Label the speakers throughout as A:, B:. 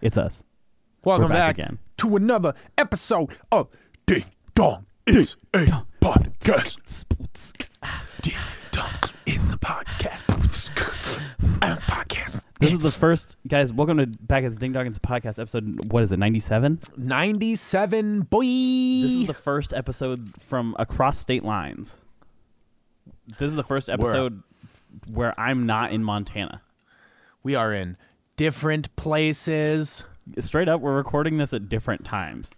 A: It's us.
B: Welcome
A: We're back
B: back,
A: again.
B: to another episode of Ding Dong It's a Podcast. Ding Dong It's a Podcast. I'm a podcast.
A: This is the first, guys. Welcome to back as Ding Doggins podcast episode. What is it? Ninety seven.
B: 97 boy.
A: This is the first episode from across state lines. This is the first episode where I'm not in Montana.
B: we are in different places.
A: Straight up, we're recording this at different times.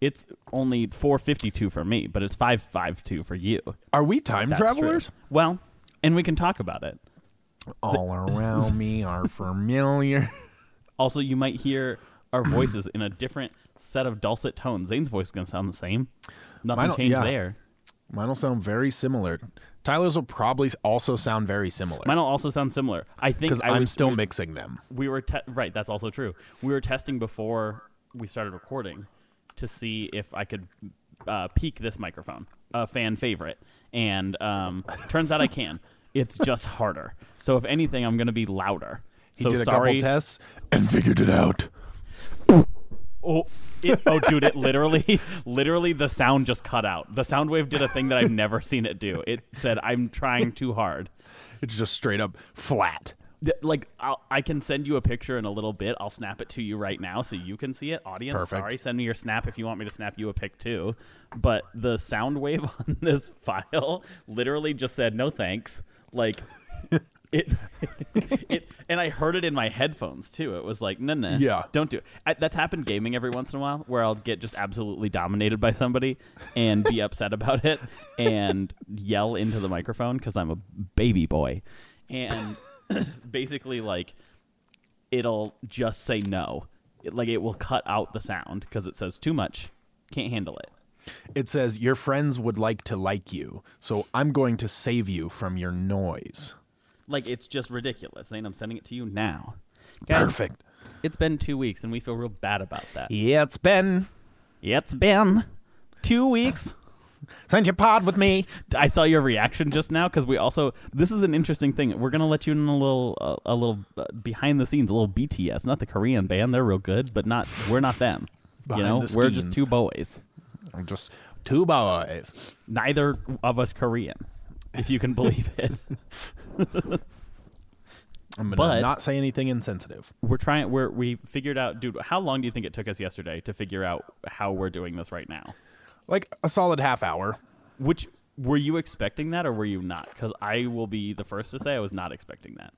A: It's only four fifty two for me, but it's five five two for you.
B: Are we time
A: That's true.
B: travelers?
A: Well, and we can talk about it.
B: All around me are familiar.
A: Also, you might hear our voices in a different set of dulcet tones. Zane's voice is gonna sound the same. Nothing
B: Mine'll-
A: changed
B: yeah.
A: there.
B: Mine will sound very similar. Tyler's will probably also sound very similar
A: Mine'll also sound similar. I think
B: because
A: I
B: I'm
A: was
B: still
A: we-
B: mixing them.
A: we were te- right. That's also true. We were testing before we started recording to see if I could uh, peak this microphone, a fan favorite, and um, turns out I can. It's just harder. So if anything, I'm going to be louder.
B: He
A: so
B: did a
A: sorry.
B: couple tests and figured it out.
A: oh, it, oh, dude! It literally, literally, the sound just cut out. The sound wave did a thing that I've never seen it do. It said, "I'm trying too hard."
B: It's just straight up flat.
A: Th- like I'll, I can send you a picture in a little bit. I'll snap it to you right now so you can see it. Audience,
B: Perfect.
A: sorry, send me your snap if you want me to snap you a pic too. But the sound wave on this file literally just said no thanks. Like it, it, and I heard it in my headphones too. It was like no, no,
B: Yeah.
A: don't do it. I, that's happened gaming every once in a while where I'll get just absolutely dominated by somebody and be upset about it and yell into the microphone because I'm a baby boy and basically like it'll just say no. It, like it will cut out the sound because it says too much. Can't handle it.
B: It says, Your friends would like to like you, so I'm going to save you from your noise.
A: Like it's just ridiculous. And I'm sending it to you now. Guys,
B: Perfect.
A: It's been two weeks and we feel real bad about that.
B: Yeah, it's Ben.
A: It's been two weeks.
B: Send your pod with me.
A: I saw your reaction just now because we also this is an interesting thing. We're gonna let you in a little uh, a little uh, behind the scenes, a little BTS, not the Korean band. They're real good, but not we're not them. you
B: Behind
A: know,
B: the
A: we're just
B: scenes.
A: two boys.
B: I'm just two boys.
A: Neither of us Korean, if you can believe it.
B: I'm going
A: But-
B: to not say anything insensitive.
A: We're trying. We're we figured out, dude. How long do you think it took us yesterday to figure out how we're doing this right now?
B: Like a solid half hour.
A: Which were you expecting that or were you not? Because I will be the first to say I was not expecting that.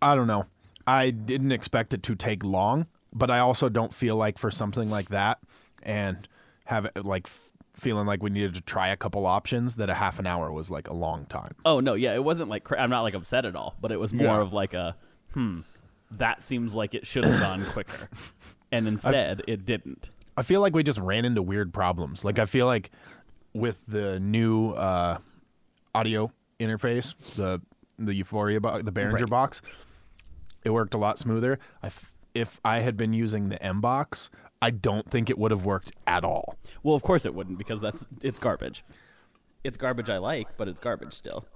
B: I don't know. I didn't expect it to take long, but I also don't feel like for something like that and have it like f- feeling like we needed to try a couple options that a half an hour was like a long time.
A: Oh no, yeah, it wasn't like cra- I'm not like upset at all, but it was more
B: Yeah.
A: of like a hmm, that seems like it should have gone quicker, and instead it didn't.
B: I feel like we just ran into weird problems. Like I feel like with the new uh, audio interface, the the Euphoria box, the Behringer
A: Right.
B: box, it worked a lot smoother. I f- if I had been using the M box, I don't think it would have worked at all.
A: Well, of course it wouldn't because that's it's garbage. It's garbage I like, but it's garbage still.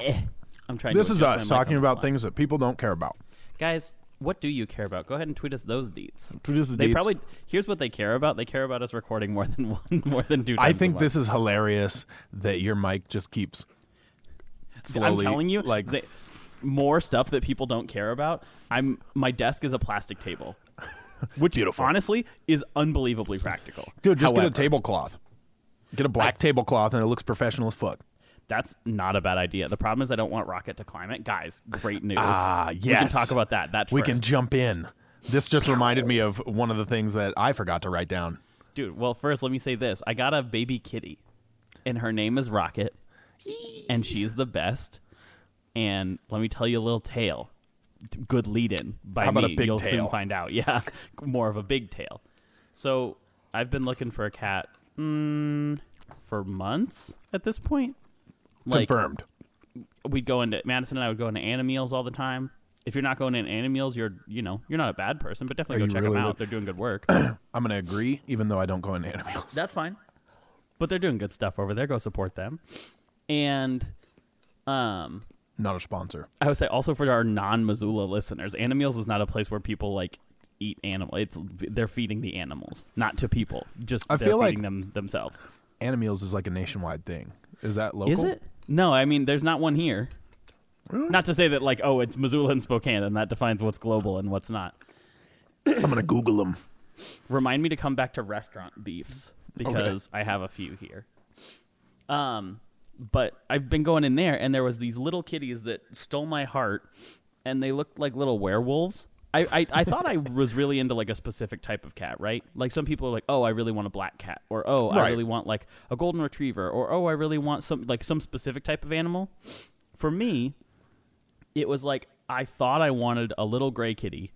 A: Eh. I'm trying.
B: This
A: to
B: is
A: adjust
B: us
A: my mic
B: talking
A: on the
B: about
A: fly.
B: things that people don't care about.
A: Guys, what do you care about? Go ahead and tweet us those deets.
B: Tweet us the
A: they
B: deets.
A: probably here's what they care about. They care about us recording more than one, more than two.
B: I
A: times a
B: think
A: month.
B: this is hilarious that your mic just keeps slowly.
A: I'm telling you,
B: like
A: they- more stuff that people don't care about. I'm my desk is a plastic table, which
B: Beautiful.
A: honestly is unbelievably practical.
B: dude, just
A: However,
B: get a tablecloth, get a black tablecloth, and it looks professional as fuck.
A: That's not a bad idea. The problem is I don't want Rocket to climb it. Guys, great news.
B: Ah,
A: We can
B: yes.
A: talk about that. That's
B: We
A: first.
B: can jump in. This just reminded me of one of the things that I forgot to write down.
A: dude. Well, first let me say this: I got a baby kitty, and her name is Rocket, and she's the best. And let me tell you a little tale. Good lead-in by
B: How about a
A: me.
B: big
A: You'll soon
B: tail?
A: find out. Yeah, more of a big tail. So I've been looking for a cat mm, for months at this point. Like,
B: Confirmed.
A: we'd go into Madison and I would go into Animeals all the time. If you're not going to Animeals, you're you know you're not a bad person, but definitely
B: Are you
A: go check
B: really
A: them out.
B: look-
A: They're doing good work.
B: I'm going to agree, even though I don't go into animals.
A: That's fine. but they're doing good stuff over there. Go support them. And um,
B: Not a sponsor.
A: I would say also for our non-Missoula listeners, Animals is not a place where people like eat animal. It's they're feeding the animals, not to people. Just
B: I
A: they're
B: feel like-
A: feeding them themselves.
B: Animals is like a nationwide thing. Is that local?
A: Is it? No, I mean there's not one here.
B: Really?
A: Not to say that like oh it's Missoula and Spokane and that defines what's global and what's not.
B: I'm gonna Google them.
A: Remind me to come back to restaurant beefs because I have a few here. Um, but I've been going in there and there was these little kitties that stole my heart and they looked like little werewolves. I, I, I thought I was really into like a specific type of cat, right? Like some people are like, oh, I really want a black cat, or oh, I
B: Right.
A: really want like a golden retriever, or oh, I really want some like some specific type of animal. For me, it was like I thought I wanted a little gray kitty,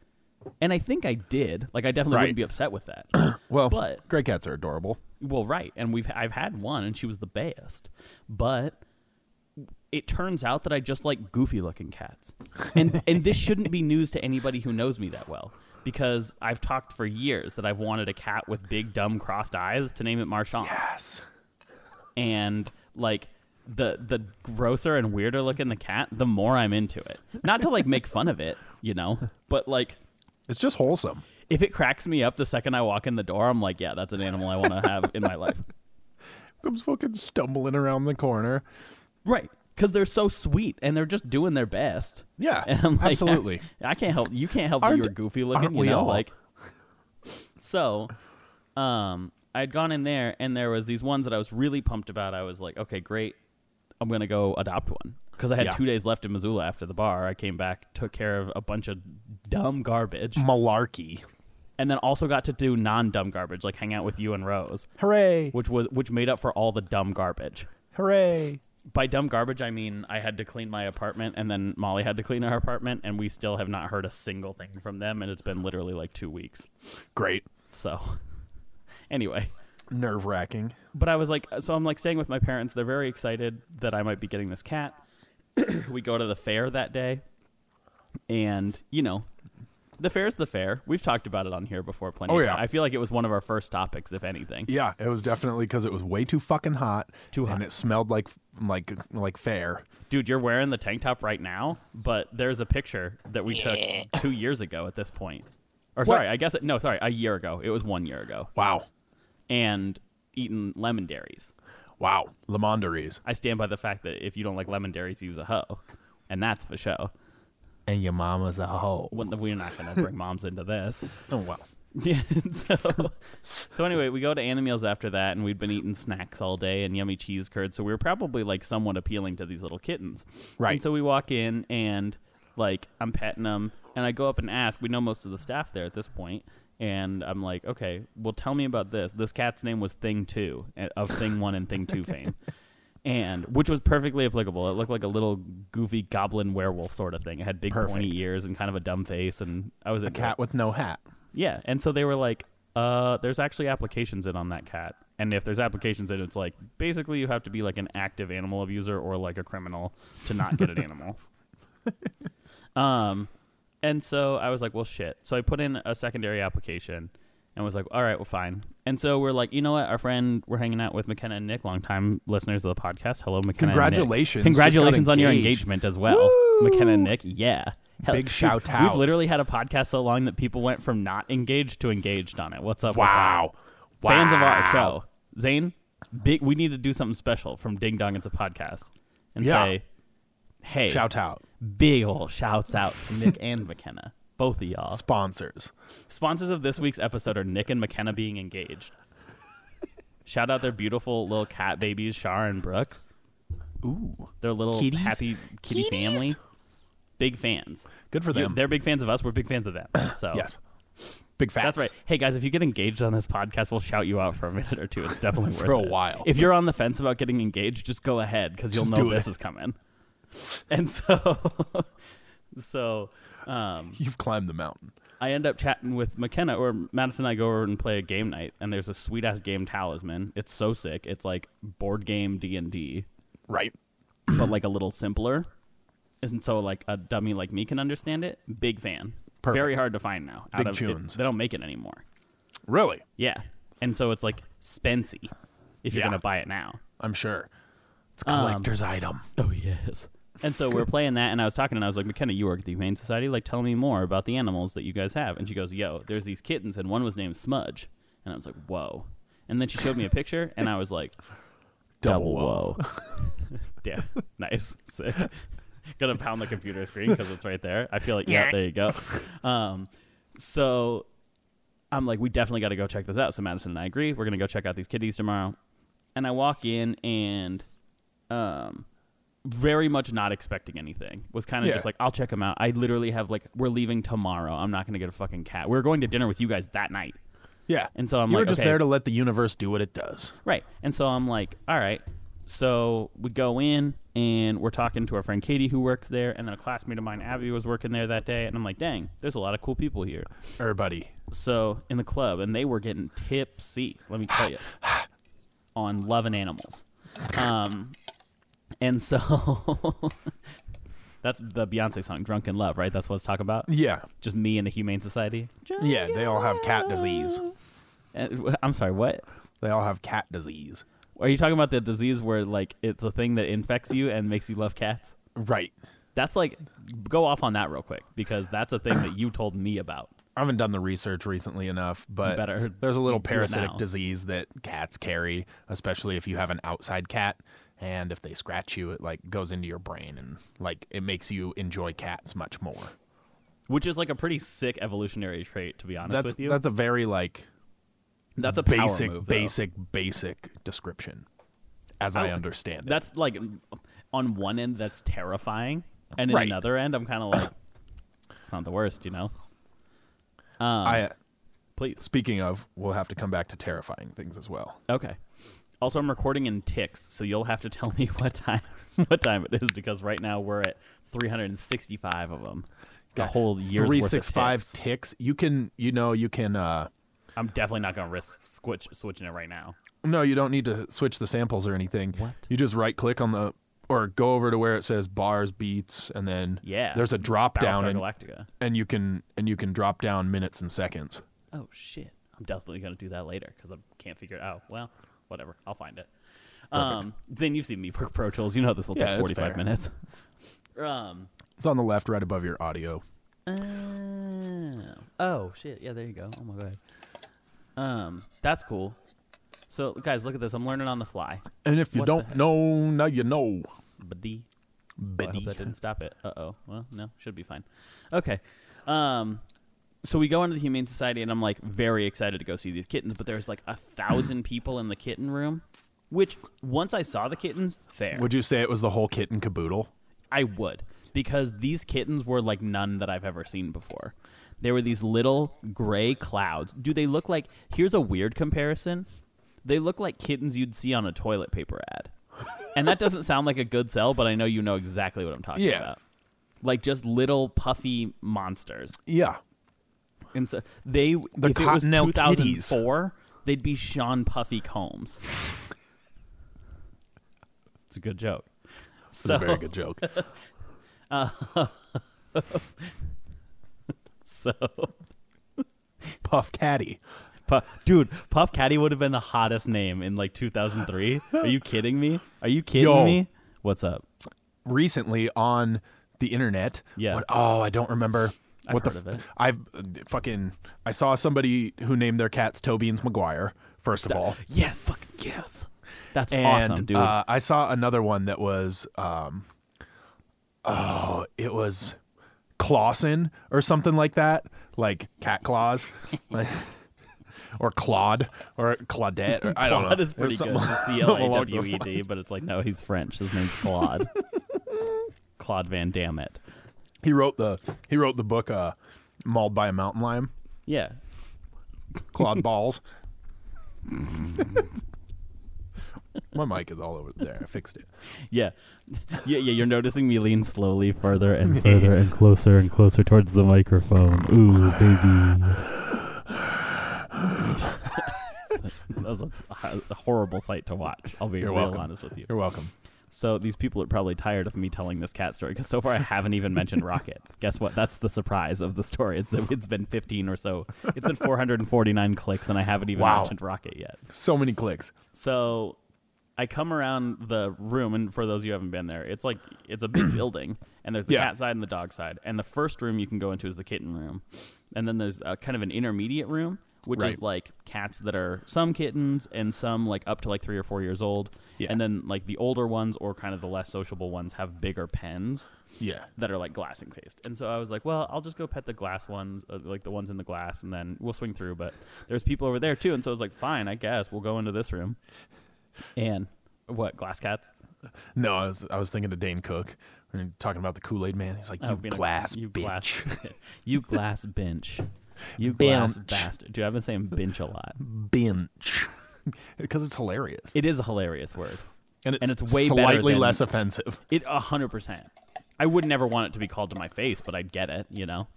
A: and I think I did. Like I definitely
B: Right.
A: wouldn't be upset with that.
B: Well,
A: But-
B: gray cats are adorable.
A: Well, right, and we've I've had one, and she was the best. But it turns out that I just like goofy looking cats, and and this shouldn't be news to anybody who knows me that well, because I've talked for years that I've wanted a cat with big dumb crossed eyes to name it Marchand,
B: Yes.
A: and like. The the grosser and weirder looking the cat, the more I'm into it. Not to like make fun of it, you know, but like
B: It's just wholesome.
A: if it cracks me up the second I walk in the door, I'm like, yeah, that's an animal I want to have in my life.
B: Comes fucking stumbling around the corner.
A: Right. Because they're so sweet and they're just doing their best.
B: Yeah,
A: And I'm like,
B: absolutely.
A: I, I can't help you can't help that
B: Aren't-
A: you were goofy looking,
B: aren't
A: you
B: we
A: know,
B: all?
A: like so um I'd gone in there and there was these ones that I was really pumped about. I was like, okay, great. I'm gonna go adopt one. Because I had
B: Yeah.
A: two days left in Missoula after the bar. I came back, took care of a bunch of dumb garbage,
B: Malarkey.
A: and then also got to do non dumb garbage, like hang out with you and Rose,
B: Hooray!
A: which was which made up for all the dumb garbage
B: Hooray!
A: by dumb garbage i mean i had to clean my apartment and then molly had to clean our apartment and we still have not heard a single thing from them and it's been literally like two weeks
B: Great.
A: so anyway
B: Nerve wracking.
A: but i was like so i'm like staying with my parents they're very excited that i might be getting this cat we go to the fair that day and you know the fair's the fair we've talked about it on here before plenty
B: Oh,
A: of
B: yeah.
A: time. i feel like it was one of our first topics if anything
B: Yeah, it was definitely because it was way too fucking hot.
A: Too hot.
B: And it smelled like like like fair.
A: dude you're wearing the tank top right now but there's a picture that we took two years ago at this point or
B: What?
A: sorry i guess it, no sorry a year ago it was one year ago
B: Wow.
A: and eating lemon dairies
B: Wow. Lamonderies.
A: i stand by the fact that if you don't like lemon dairies use a hoe and that's for show
B: And your mama's a hoe.
A: when we're not going to bring moms into this
B: Oh well.
A: yeah and so so anyway we go to animals after that and we'd been eating snacks all day and yummy cheese curds so we were probably like somewhat appealing to these little kittens
B: Right.
A: And so we walk in, and like I'm petting them, and I go up and ask. We know most of the staff there at this point, and I'm like, okay, well, tell me about this. This cat's name was Thing Two uh, of Thing One and Thing Two fame, and which was perfectly applicable. It looked like a little goofy goblin werewolf sort of thing. It had big pointy
B: Perfect.
A: ears and kind of a dumb face, and I was a
B: Cat with no hat.
A: yeah, and so they were like, uh, there's actually applications in on that cat. And if there's applications in, it's like basically you have to be like an active animal abuser or like a criminal to not get an animal. um, and so I was like, well, shit. So I put in a secondary application and was like, all right, well, fine. And so we're like, you know what? Our friend, we're hanging out with McKenna and Nick, longtime listeners of the podcast. Hello, McKenna. and Nick.
B: Congratulations. Just got
A: Congratulations on your
B: engaged.
A: engagement as well. McKenna and Nick, yeah. Hell,
B: Big shout
A: dude,
B: out.
A: We've literally had a podcast so long that people went from not engaged to engaged on it. What's up? with
B: Wow.
A: that? Fans of our show. Zane, big, we need to do something special from Ding Dong It's a Podcast and
B: Yeah.
A: say, hey,
B: Shout out.
A: big ol' shouts out to Nick and McKenna. Both of y'all.
B: Sponsors.
A: Sponsors of this week's episode are Nick and McKenna being engaged. Shout out their beautiful little cat babies, Shar and Brooke.
B: Ooh.
A: their little
B: Kitties?
A: happy kitty family. Big fans.
B: Good for
A: You-
B: them.
A: they're big fans of us. We're big fans of them. So
B: yes. Big facts.
A: that's right. Hey guys, if you get engaged on this podcast, we'll shout you out for a minute or two. It's definitely worth
B: For a
A: it.
B: while.
A: If you're on the fence about getting engaged, just go ahead because you'll
B: Just
A: know
B: do it.
A: this is coming. And so, so um,
B: You've climbed the mountain.
A: I end up chatting with McKenna or Madison. and I go over and play a game night, and there's a sweet ass game Talisman. It's so sick. It's like board game D and D
B: Right.
A: but like a little simpler. Isn't so like a dummy like me can understand it. Big fan.
B: Perfect.
A: Very hard to find now. Out
B: Big
A: of it-
B: tunes.
A: they don't make it anymore.
B: Really?
A: Yeah, and so it's like spency. if you're
B: Yeah.
A: going to buy it now.
B: I'm sure. It's a
A: Um,
B: collector's item.
A: Oh yes. And so we're playing that, and I was talking, and I was like, McKenna, you work at the Humane Society. Like, tell me more about the animals that you guys have. And she goes, Yo, there's these kittens, and one was named Smudge. And I was like, Whoa. And then she showed me a picture, and I was like, Double, whoa. yeah, nice, sick. Gonna pound the computer screen because it's right there. I feel like, yeah, there you go. Um, so I'm like, we definitely got to go check this out. So Madison and I agree. We're gonna go check out these kitties tomorrow. And I walk in and, um, very much not expecting anything. Was kind of
B: Yeah.
A: just like, I'll check them out. I literally have like, we're leaving tomorrow. I'm not gonna get a fucking cat. We're going to dinner with you guys that night.
B: Yeah.
A: And so I'm
B: you were
A: like,
B: just
A: okay.
B: there to let the universe do what it does.
A: Right. And so I'm like, all right. So we go in and we're talking to our friend Katie who works there, and then a classmate of mine, Abby, was working there that day. And I'm like, dang, there's a lot of cool people here.
B: Everybody.
A: So in the club, and they were getting tipsy, let me tell you, on loving animals. Um, and so that's the Beyonce song, Drunk in Love, right? That's what it's talking about.
B: Yeah.
A: Just me and the Humane Society. Drunk
B: Yeah.
A: in
B: They all have cat
A: Love.
B: disease.
A: And- Uh, I'm sorry, what?
B: They all have cat disease.
A: Are you talking about the disease where like it's a thing that infects you and makes you love cats?
B: Right.
A: That's like go off on that real quick because that's a thing that you told me about.
B: I haven't done the research recently enough, but
A: better
B: there's a little
A: do it now.
B: parasitic disease that cats carry, especially if you have an outside cat. And if they scratch you, it like goes into your brain and like it makes you enjoy cats much more.
A: Which is like a pretty sick evolutionary trait, to be honest
B: That's
A: with you.
B: that's a very like
A: That's a power
B: basic,
A: move, though.
B: basic, basic description, as I,
A: I-
B: understand it.
A: That's like on one end, that's terrifying, and in
B: Right.
A: another end, I'm kind of like, it's not the worst, you know.
B: I
A: Please,
B: speaking of, we'll have to come back to terrifying things as well.
A: okay. Also, I'm recording in ticks, so you'll have to tell me what time what time it is because right now we're at 365 of them. The whole year's
B: Three
A: worth
B: six
A: of
B: five
A: ticks.
B: ticks. You can you know you can uh
A: I'm definitely not gonna risk switch, switching it right now.
B: No, you don't need to switch the samples or anything.
A: What?
B: You just right click on the or go over to where it says bars, beats, and then
A: Yeah.
B: there's a drop down
A: Battlestar
B: and,
A: Galactica.
B: and you can and you can drop down minutes and seconds.
A: Oh shit! I'm definitely gonna do that later because I can't figure it out. Well, whatever. I'll find it. Um, Zane, you've seen me work Pro Tools. You know this will
B: Yeah,
A: take
B: it's
A: 45
B: fair.
A: minutes. Um.
B: It's on the left, right above your audio.
A: oh shit! Yeah, there you go. Oh my god. Um, that's cool. So guys, look at this. I'm learning on the fly.
B: And if you
A: What the
B: don't
A: heck?
B: know, now you know.
A: Badee. Well, I hope
B: Biddy.
A: that didn't stop it. Uh oh. Well, no, should be fine. Okay. Um, so we go into the Humane Society, and I'm like very excited to go see these kittens, but there's like a thousand people in the kitten room, which once I saw the kittens, fair.
B: Would you say it was the whole kit and caboodle?
A: I would because these kittens were like none that I've ever seen before. They were these little gray clouds. Do they look like? Here's a weird comparison. They look like kittens you'd see on a toilet paper ad, and that doesn't sound like a good sell, but I know you know exactly what I'm talking
B: Yeah.
A: about. Like just little puffy monsters,
B: Yeah.
A: and so they
B: The
A: if it was
B: Cottonelle
A: 2004, they'd be Sean Puffy Combs. it's a good joke.
B: It's a very good joke.
A: Uh, So.
B: Puff Caddy.
A: Puff, dude, Puff Caddy would have been the hottest name in like 2003. Are you kidding me? Are you kidding
B: Yo.
A: me? What's up?
B: recently on the internet.
A: Yeah.
B: What, oh, I don't remember.
A: I've
B: what the
A: heard
B: f-
A: of it.
B: I've uh, fucking I saw somebody who named their cats Toby and McGuire. First of all,
A: Yeah, fuck yes. That's
B: and
A: awesome, dude.
B: Uh, I saw another one that was um, oh, it was Clawson or something like that, like cat claws, like, or Claude or Claudette. Or, I don't know.
A: Claude is
B: There's
A: pretty good.
B: something-
A: C
B: something
A: L A
B: along
A: W
B: those
A: E D,
B: lines.
A: but it's like no, he's French. His name's Claude. Claude Van Dammit.
B: He wrote the he wrote the book uh, Mauled by a Mountain Lion.
A: Yeah.
B: Claude balls. My mic is all over there. I fixed it.
A: Yeah. Yeah, yeah, you're noticing me lean slowly further and further and closer and closer towards the microphone. Ooh, baby. that was a, a horrible sight to watch. I'll be
B: You're
A: real
B: welcome.
A: honest with you.
B: You're welcome.
A: So these people are probably tired of me telling this cat story because so far I haven't even mentioned Rocket. Guess what? That's the surprise of the story. It's that it's been 15 or so. It's been 449 clicks and I haven't even
B: Wow.
A: mentioned Rocket yet.
B: So many clicks.
A: So I come around the room, and for those of you who haven't been there, it's like it's a big building, and there's the
B: Yeah.
A: cat side and the dog side. And the first room you can go into is the kitten room, and then there's uh kind of an intermediate room, which is
B: Right.
A: like cats that are some kittens and some like up to like three or four years old.
B: Yeah.
A: And then like the older ones or kind of the less sociable ones have bigger pens
B: Yeah.
A: that are like glass encased. And so I was like, well, I'll just go pet the glass ones, uh, like the ones in the glass, and then we'll swing through. But there's people over there too. And so I was like, fine, I guess we'll go into this room. And what, glass cats?
B: No, I was I was thinking of Dane Cook. We We're talking about the Kool Aid Man. He's like,
A: Oh,
B: you
A: being a-
B: glass
A: you
B: bitch.
A: glass, you glass bench, you glass
B: Bench.
A: bastard. Dude, I've been saying bench a lot.
B: bench because it's hilarious
A: It is a hilarious word.
B: and it's,
A: And it's way better
B: slightly
A: than-
B: less offensive.
A: It a hundred percent. I would never want it to be called to my face, but I'd get it, you know.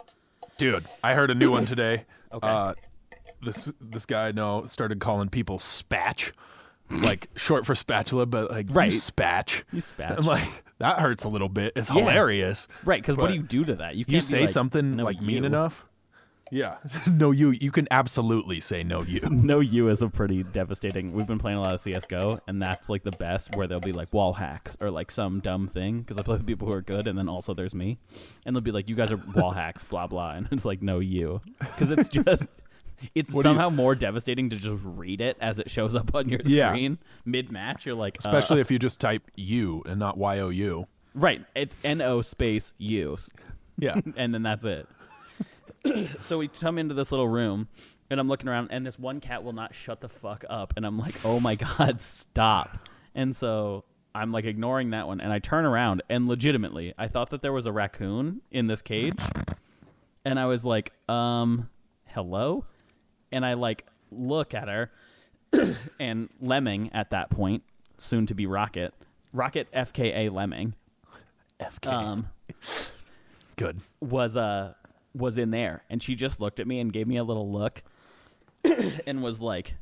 B: Dude, I heard a new one today.
A: Okay.
B: Uh, this this guy I know started calling people spatch, like short for spatula, but like you
A: Right.
B: spatch.
A: You spatch.
B: And like that hurts a little bit. It's
A: Yeah.
B: hilarious.
A: Right? Because what
B: But
A: do you do to that? You can't
B: You
A: be
B: say
A: like,
B: something
A: "No,
B: like mean
A: you."
B: enough. Yeah. no, you. You can absolutely say no, you.
A: No you is a pretty devastating. We've been playing a lot of CS:GO, and that's like the best where they'll be like wall hacks or like some dumb thing because I play with people who are good, and then also there's me, and they'll be like, "You guys are wall hacks," blah blah, and it's like, "No you," because it's just. It's
B: do you-
A: somehow more devastating to just read it as it shows up on your
B: Yeah.
A: screen mid match. You're like, uh,
B: Especially if you just type you and not y o u.
A: right? It's N O space U,
B: Yeah.
A: and then that's it. so we come into this little room, and I'm looking around, and this one cat will not shut the fuck up, and I'm like, "Oh my god, stop!" And so I'm like ignoring that one, and I turn around, and legitimately, I thought that there was a raccoon in this cage, and I was like, "Um, hello," and I like look at her, and Lemming at that point, soon to be Rocket, Rocket FKA Lemming,
B: FK.
A: um,
B: Good.
A: was uh was in there and she just looked at me and gave me a little look and was like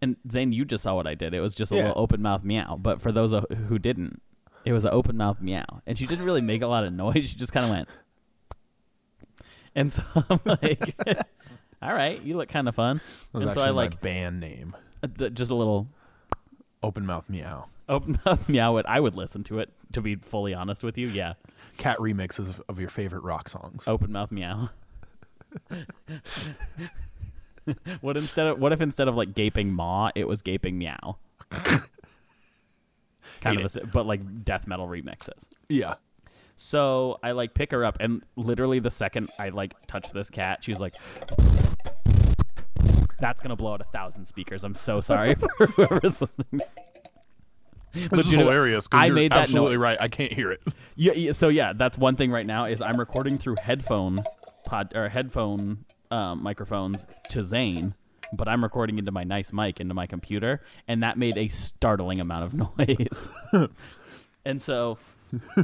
A: and Zane you just saw what I did it was just a
B: Yeah.
A: little open mouth meow but for those uh, who didn't it was an open mouth meow and she didn't really make a lot of noise she just kind of went and so I'm like all right you look kind of fun
B: That was
A: and so
B: actually
A: I
B: my
A: like
B: band name.
A: uh, the, just a little
B: Open mouth meow.
A: open mouth meow it I would listen to it to be fully honest with you yeah
B: Cat remixes of, of your favorite rock songs.
A: open mouth meow. what instead of what if instead of like gaping maw, it was gaping meow? kind of, a,
B: Hate
A: si- but like death metal remixes.
B: Yeah.
A: So I like pick her up, and literally the second I like touch this cat, she's like. That's gonna blow out a thousand speakers. I'm so sorry for whoever's listening.
B: This is
A: Legitimate-
B: hilarious. 'cause
A: I
B: you're
A: made that
B: absolutely
A: note.
B: right. I can't hear it.
A: Yeah, yeah. So yeah, that's one thing right now is I'm recording through headphone pod or headphone um, microphones to Zane, but I'm recording into my nice mic into my computer, and that made a startling amount of noise. and so,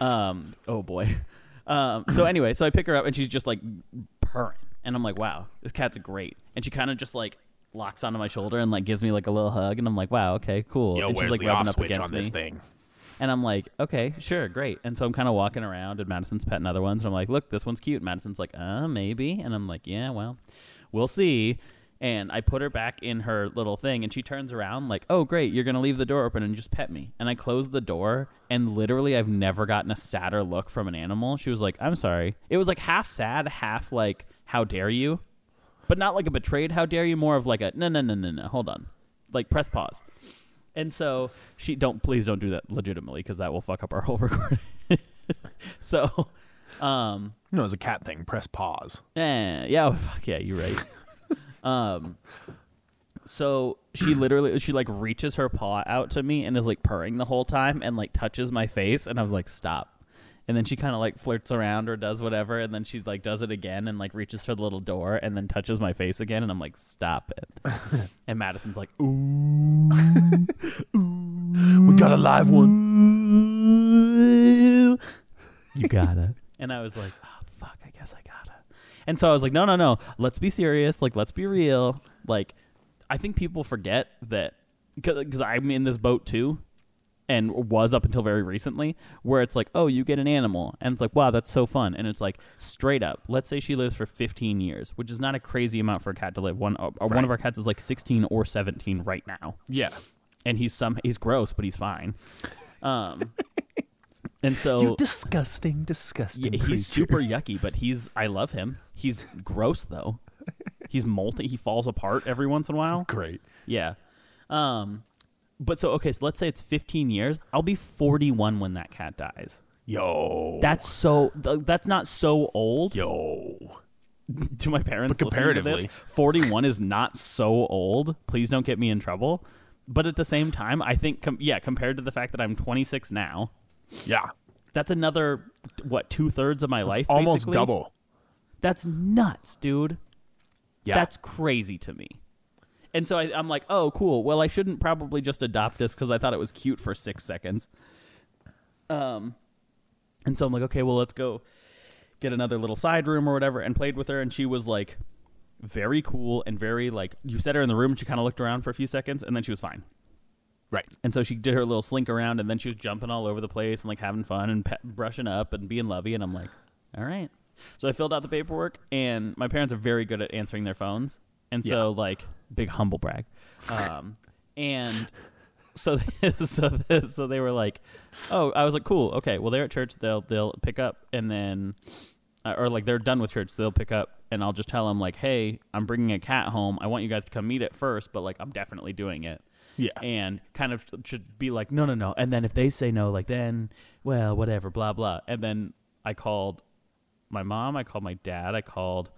A: um, oh boy. Um, so anyway, so I pick her up and she's just like purring, and I'm like, wow, this cat's great. And she kind of just like locks onto my shoulder and like gives me like a little hug, and I'm like, wow, okay, cool. and she's like rubbing up against me.
B: thing?
A: And I'm like, okay, sure, great. And so I'm kind of walking around, and Madison's petting other ones. And I'm like, look, this one's cute. Madison's like, uh, maybe. And I'm like, yeah, well, we'll see. And I put her back in her little thing, and she turns around, like, oh, great, you're going to leave the door open and just pet me. And I close the door, and literally, I've never gotten a sadder look from an animal. She was like, I'm sorry. It was like half sad, half like, how dare you? But not like a betrayed, how dare you, more of like a, no, no, no, no, no, hold on. Like, press pause. And so she don't please don't do that legitimately because that will fuck up our whole recording. so, um,
B: No, it's a cat thing. Press pause.
A: eh, yeah, oh, fuck yeah, you're right. um, so she literally she like reaches her paw out to me and is like purring the whole time and like touches my face and I was like stop. And then she kind of like flirts around or does whatever and then she like does it again and like reaches for the little door and then touches my face again and I'm like stop it. and Madison's like
B: We got a live one.
A: you gotta. and I was like, oh, fuck, I guess I gotta. And so I was like, no, no, no. Let's be serious. Like, let's be real. Like, I think people forget that because I'm in this boat too, and was up until very recently, where it's like, oh, you get an animal, and it's like, wow, that's so fun, and it's like straight up. Let's say she lives for 15 years, which is not a crazy amount for a cat to live. One uh, one of our cats is like 16 or 17 right now,
B: Yeah.
A: and he's some he's gross, but he's fine. Um, and so
C: You disgusting, disgusting.
A: yeah, he's
C: creature.
A: super yucky, but he's I love him. He's gross though. He's molting. He falls apart every once in a while.
B: Great.
A: Yeah. Um, but so okay, so let's say it's 15 years. I'll be 41 when that cat dies.
B: Yo.
A: That's so. th- That's not so old
B: yo.
A: to my parents.
B: But
A: listening to this,
B: comparatively.
A: 41 is not so old. Please don't get me in trouble. But at the same time, I think com- yeah, compared to the fact that I'm 26 now,
B: Yeah.
A: that's another what two thirds of my life,
B: Almost
A: basically.
B: double.
A: That's nuts, dude.
B: Yeah.
A: That's crazy to me. And so I, I'm like, oh, cool. Well, I shouldn't probably just adopt this because I thought it was cute for six seconds. Um, and so I'm like, okay, well, let's go get another little side room or whatever, and played with her, and she was like, very cool and very like you set her in the room. and She kind of looked around for a few seconds, and then she was fine.
B: right.
A: And so she did her little slink around, and then she was jumping all over the place and like having fun and pe- brushing up and being lovey. And I'm like, all right. So I filled out the paperwork, and my parents are very good at answering their phones. And so, like, big humble brag. Um, and so, so, so they were like, oh, I was like, cool, okay. Well, they're at church. They'll they'll pick up, and then, uh, or like they're done with church, so they'll pick up, and I'll just tell them like, hey, I'm bringing a cat home. I want you guys to come meet it first, but like, I'm definitely doing it
B: Yeah.
A: and kind of should be like, no, no, no. And then if they say no, like, then, well, whatever, blah, blah. And then I called my mom, I called my dad, I called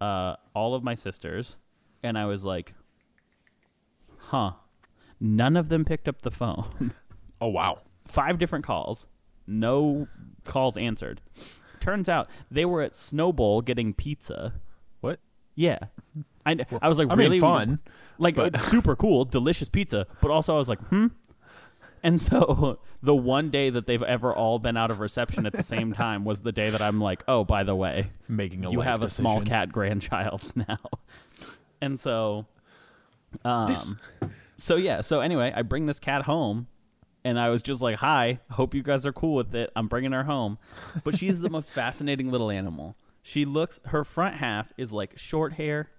A: uh, all of my sisters, and I was like, huh. None of them picked up the phone.
B: Oh wow.
A: Five different calls, no calls answered. Turns out they were at Snowball getting pizza.
B: What?
A: Yeah. I, kn- I was like,
B: I mean,
A: really?
B: fun,
A: Like,
B: but-
A: it's super cool, delicious pizza. But also, I was like, hmm. And so, the one day that they've ever all been out of reception at the same time was the day that I'm like, oh, by the way,
B: Making a
A: you
B: life
A: have a small
B: decision.
A: cat grandchild now. And so, um,
B: This-
A: so yeah. So anyway, I bring this cat home, and I was just like, "Hi, hope you guys are cool with it. I'm bringing her home." But she's the most fascinating little animal. She looks. Her front half is like short hair,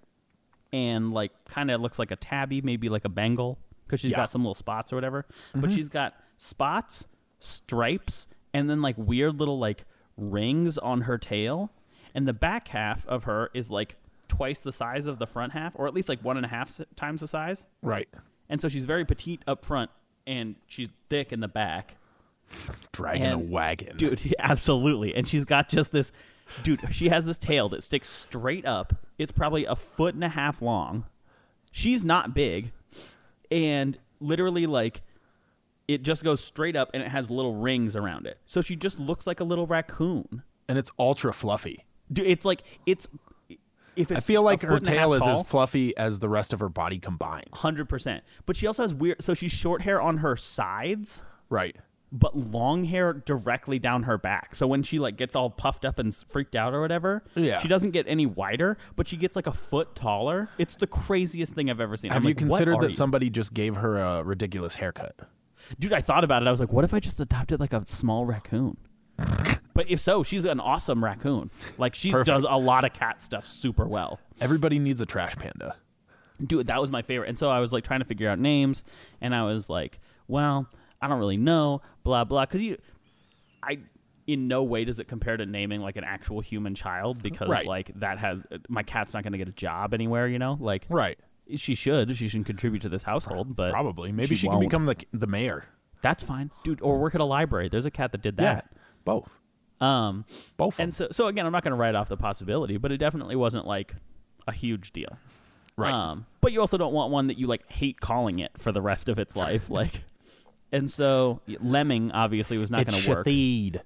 A: and like kind of looks like a tabby, maybe like a Bengal, because she's
B: Yeah.
A: got some little spots or whatever. But she's got spots, stripes, and then like weird little like rings on her tail. And the back half of her is like twice the size of the front half, or at least like one and a half s- times the size.
B: Right.
A: And so she's very petite up front, and she's thick in the back.
B: Dragging a
A: And-
B: wagon.
A: Dude, yeah, absolutely. And she's got just this, dude, she has this tail that sticks straight up. It's probably a foot and a half long. She's not big. And literally, like, it just goes straight up and it has little rings around it. So she just looks like a little raccoon.
B: And it's ultra fluffy.
A: Dude, it's like, it's. If it's
B: I feel like
A: a
B: her
A: foot and a
B: tail
A: half
B: is
A: tall,
B: as fluffy as the rest of her body combined.
A: hundred percent. But she also has weird. So she's short hair on her sides,
B: Right.
A: but long hair directly down her back. So when she like gets all puffed up and s- freaked out or whatever,
B: Yeah.
A: she doesn't get any wider, but she gets like a foot taller. It's the craziest thing I've ever seen.
B: Have
A: I'm
B: you
A: like, what
B: considered
A: are
B: that
A: you?
B: somebody just gave her a ridiculous haircut?
A: dude? I thought about it. I was like, what if I just adopted like a small raccoon? but if so, she's an awesome raccoon. Like she
B: Perfect.
A: does a lot of cat stuff super well.
B: Everybody needs a trash panda.
A: dude that was my favorite and so i was like trying to figure out names and i was like well i don't really know blah blah because you i in no way does it compare to naming like an actual human child because
B: Right.
A: like that has my cat's not going to get a job anywhere you know like
B: Right.
A: she should she should contribute to this household but
B: Probably. Maybe she, can
A: won't.
B: become the the mayor.
A: that's fine dude or work at a library there's a cat that did that
B: Both.
A: um
B: Both. of
A: and so so again i'm not going to write off the possibility but it definitely wasn't like a huge deal
B: them. Right.
A: um, but you also don't want one that you like hate calling it for the rest of its life. Like, and so lemming obviously was not going to work.
B: feed.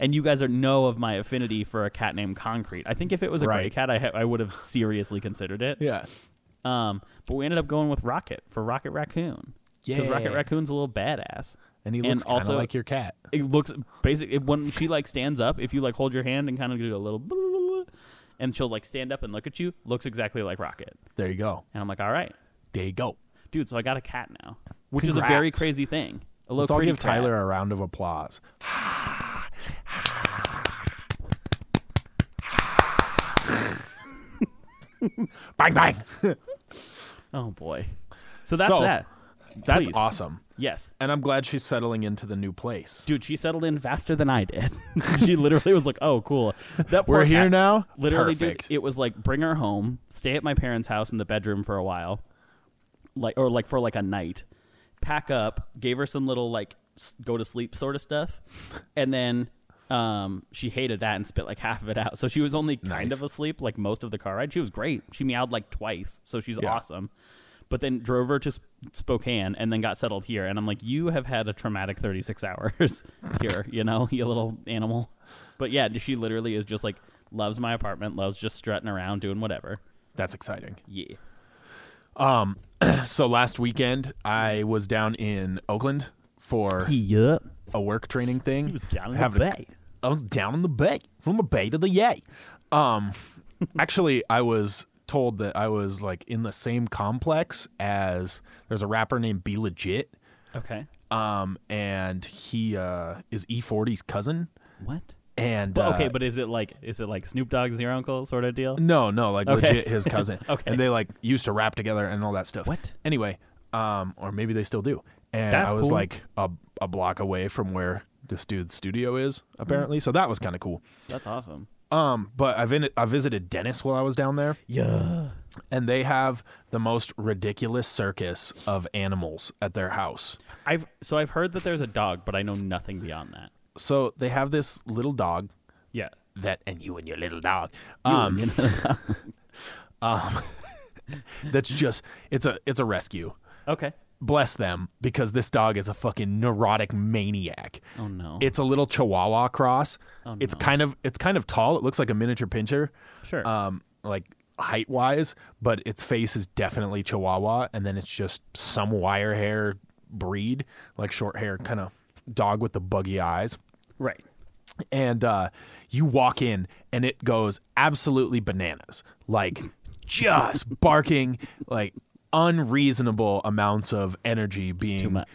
A: And you guys are know of my affinity for a cat named Concrete. I think if it was a gray
B: Right.
A: cat, I ha- I would have seriously considered it.
B: Yeah.
A: Um, but we ended up going with Rocket for Rocket Raccoon because Rocket
B: Yeah.
A: Raccoon's a little badass.
B: And he
A: And
B: looks kind of
A: also-
B: like your cat.
A: It looks basic it, when she like stands up. If you like hold your hand and kind of do a little, and she'll like stand up and look at you. Looks exactly like Rocket.
B: There you go.
A: And I'm like, all right,
B: There you go.
A: dude. So I got a cat now, which is a very
B: Congrats.
A: crazy thing. A little
B: Let's all
A: crazy
B: give
A: cat.
B: Tyler a round of applause. bang bang.
A: Oh boy. So that's
B: So,
A: that.
B: That's
A: Please.
B: awesome.
A: Yes.
B: And I'm glad she's settling into the new place.
A: Dude, she settled in faster than I did. she literally was like, "Oh, cool. That poor
B: We're here
A: cat-
B: now.
A: Literally,
B: Perfect.
A: dude, it was like bring her home, stay at my parents' house in the bedroom for a while, like or like for like a night, pack up, gave her some little like s- go to sleep sort of stuff, and then um she hated that and spit like half of it out. So she was only kind
B: Nice.
A: of asleep like most of the car ride. She was great. She meowed like twice, so she's
B: Yeah.
A: awesome. But then drove her to Sp- Spokane and then got settled here. And I'm like, you have had a traumatic 36 hours here, you know, you little animal. But yeah, she literally is just like loves my apartment, loves just strutting around doing whatever.
B: That's exciting.
A: Yeah.
B: So last weekend I was down in Oakland for
A: Yup.
B: a work training thing. He
A: was down in the bay.
B: I was down in the bay, from the bay to the yay. Um, actually, I was told that I was like in the same complex as there's a rapper named Be Legit,
A: Okay.
B: um, and he uh, is E40's cousin.
A: What?
B: And
A: But okay,
B: uh,
A: but is it like is it like Snoop Dogg's your uncle sort of deal?
B: No, no, like
A: Okay.
B: legit his cousin.
A: Okay.
B: And they like used to rap together and all that stuff.
A: What?
B: Anyway, um, or maybe they still do. And
A: That's
B: I was
A: cool.
B: like a, a block away from where this dude's studio is, apparently.
A: Mm.
B: So that was kind of cool.
A: That's awesome.
B: Um, but I, vin- I visited Dennis while I was down there,
A: Yeah.
B: and they have the most ridiculous circus of animals at their house.
A: I've so I've heard that there's a dog, but I know nothing beyond that.
B: So they have this little dog
A: Yeah.
B: that, and you and your little dog, um, um, that's just it's a it's a rescue.
A: Okay.
B: bless them because this dog is a fucking neurotic maniac.
A: Oh no.
B: It's a little Chihuahua cross.
A: Oh,
B: It's
A: no.
B: kind of it's kind of tall. It looks like a miniature pincher.
A: Sure.
B: Um, like height wise, but its face is definitely Chihuahua, and then it's just some wire hair breed, like short hair kind of dog with the buggy eyes
A: right.
B: and uh, you walk in and it goes absolutely bananas like just barking like unreasonable amounts of energy being
A: much.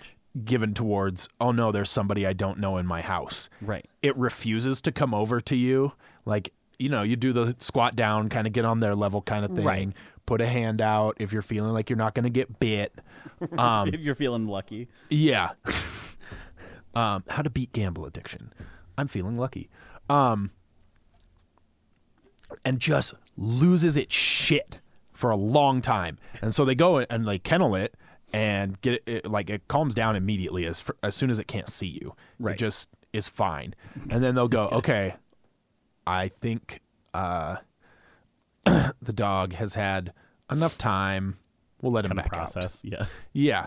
B: given towards oh no there's somebody i don't know in my house
A: Right.
B: it refuses to come over to you like you know you do the squat down kind of get on their level kind of thing
A: Right.
B: put a hand out if you're feeling like you're not going to get bit
A: if you're feeling lucky.
B: yeah. um, how to beat gamble addiction. I'm feeling lucky. Um, and just loses its shit for a long time. And so they go and, and like kennel it and get it, it like it calms down immediately as fr- as soon as it can't see you.
A: Right.
B: It just is fine. And then they'll go, "Okay, I think uh the dog has had enough time. We'll let him
A: Kind of
B: back out."
A: process. Yeah.
B: Yeah.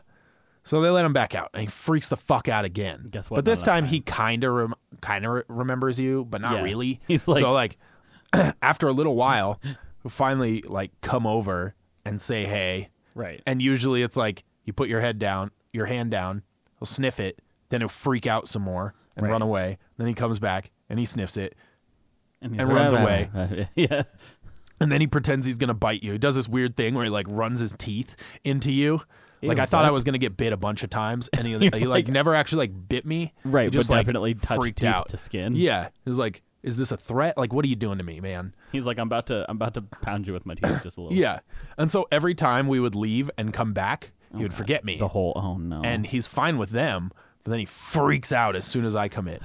B: So they let him back out, and he freaks the fuck out again.
A: Guess what?
B: But this
A: None of that
B: time he kind of rem- kind of re- remembers you, but not
A: Yeah.
B: really.
A: He's like-
B: so like after a little while, he'll finally like come over and say hey,
A: Right.
B: and usually it's like you put your head down, your hand down, he'll sniff it, then he'll freak out some more and
A: Right.
B: run away. Then he comes back and he sniffs it,
A: he's
B: and
A: like,
B: runs
A: "Rah, rah,
B: away."
A: rah, rah." yeah.
B: and then he pretends he's gonna bite you. He does this weird thing where he like runs his teeth into you. like
A: Ew,
B: I thought
A: what?
B: I was gonna get bit a bunch of times, and he, he
A: You're
B: like,
A: like-
B: never actually like bit me.
A: Right,
B: He
A: but
B: just, like,
A: definitely touched
B: freaked
A: teeth
B: out
A: to skin.
B: Yeah, he was like, "Is this a threat? Like, what are you doing to me, man?"
A: He's like, I'm about to, I'm about to pound you with my teeth just a little.
B: Yeah, and so every time we would leave and come back, he would forget me,
A: The whole. Oh no.
B: and he's fine with them. But then he freaks out as soon as I come in.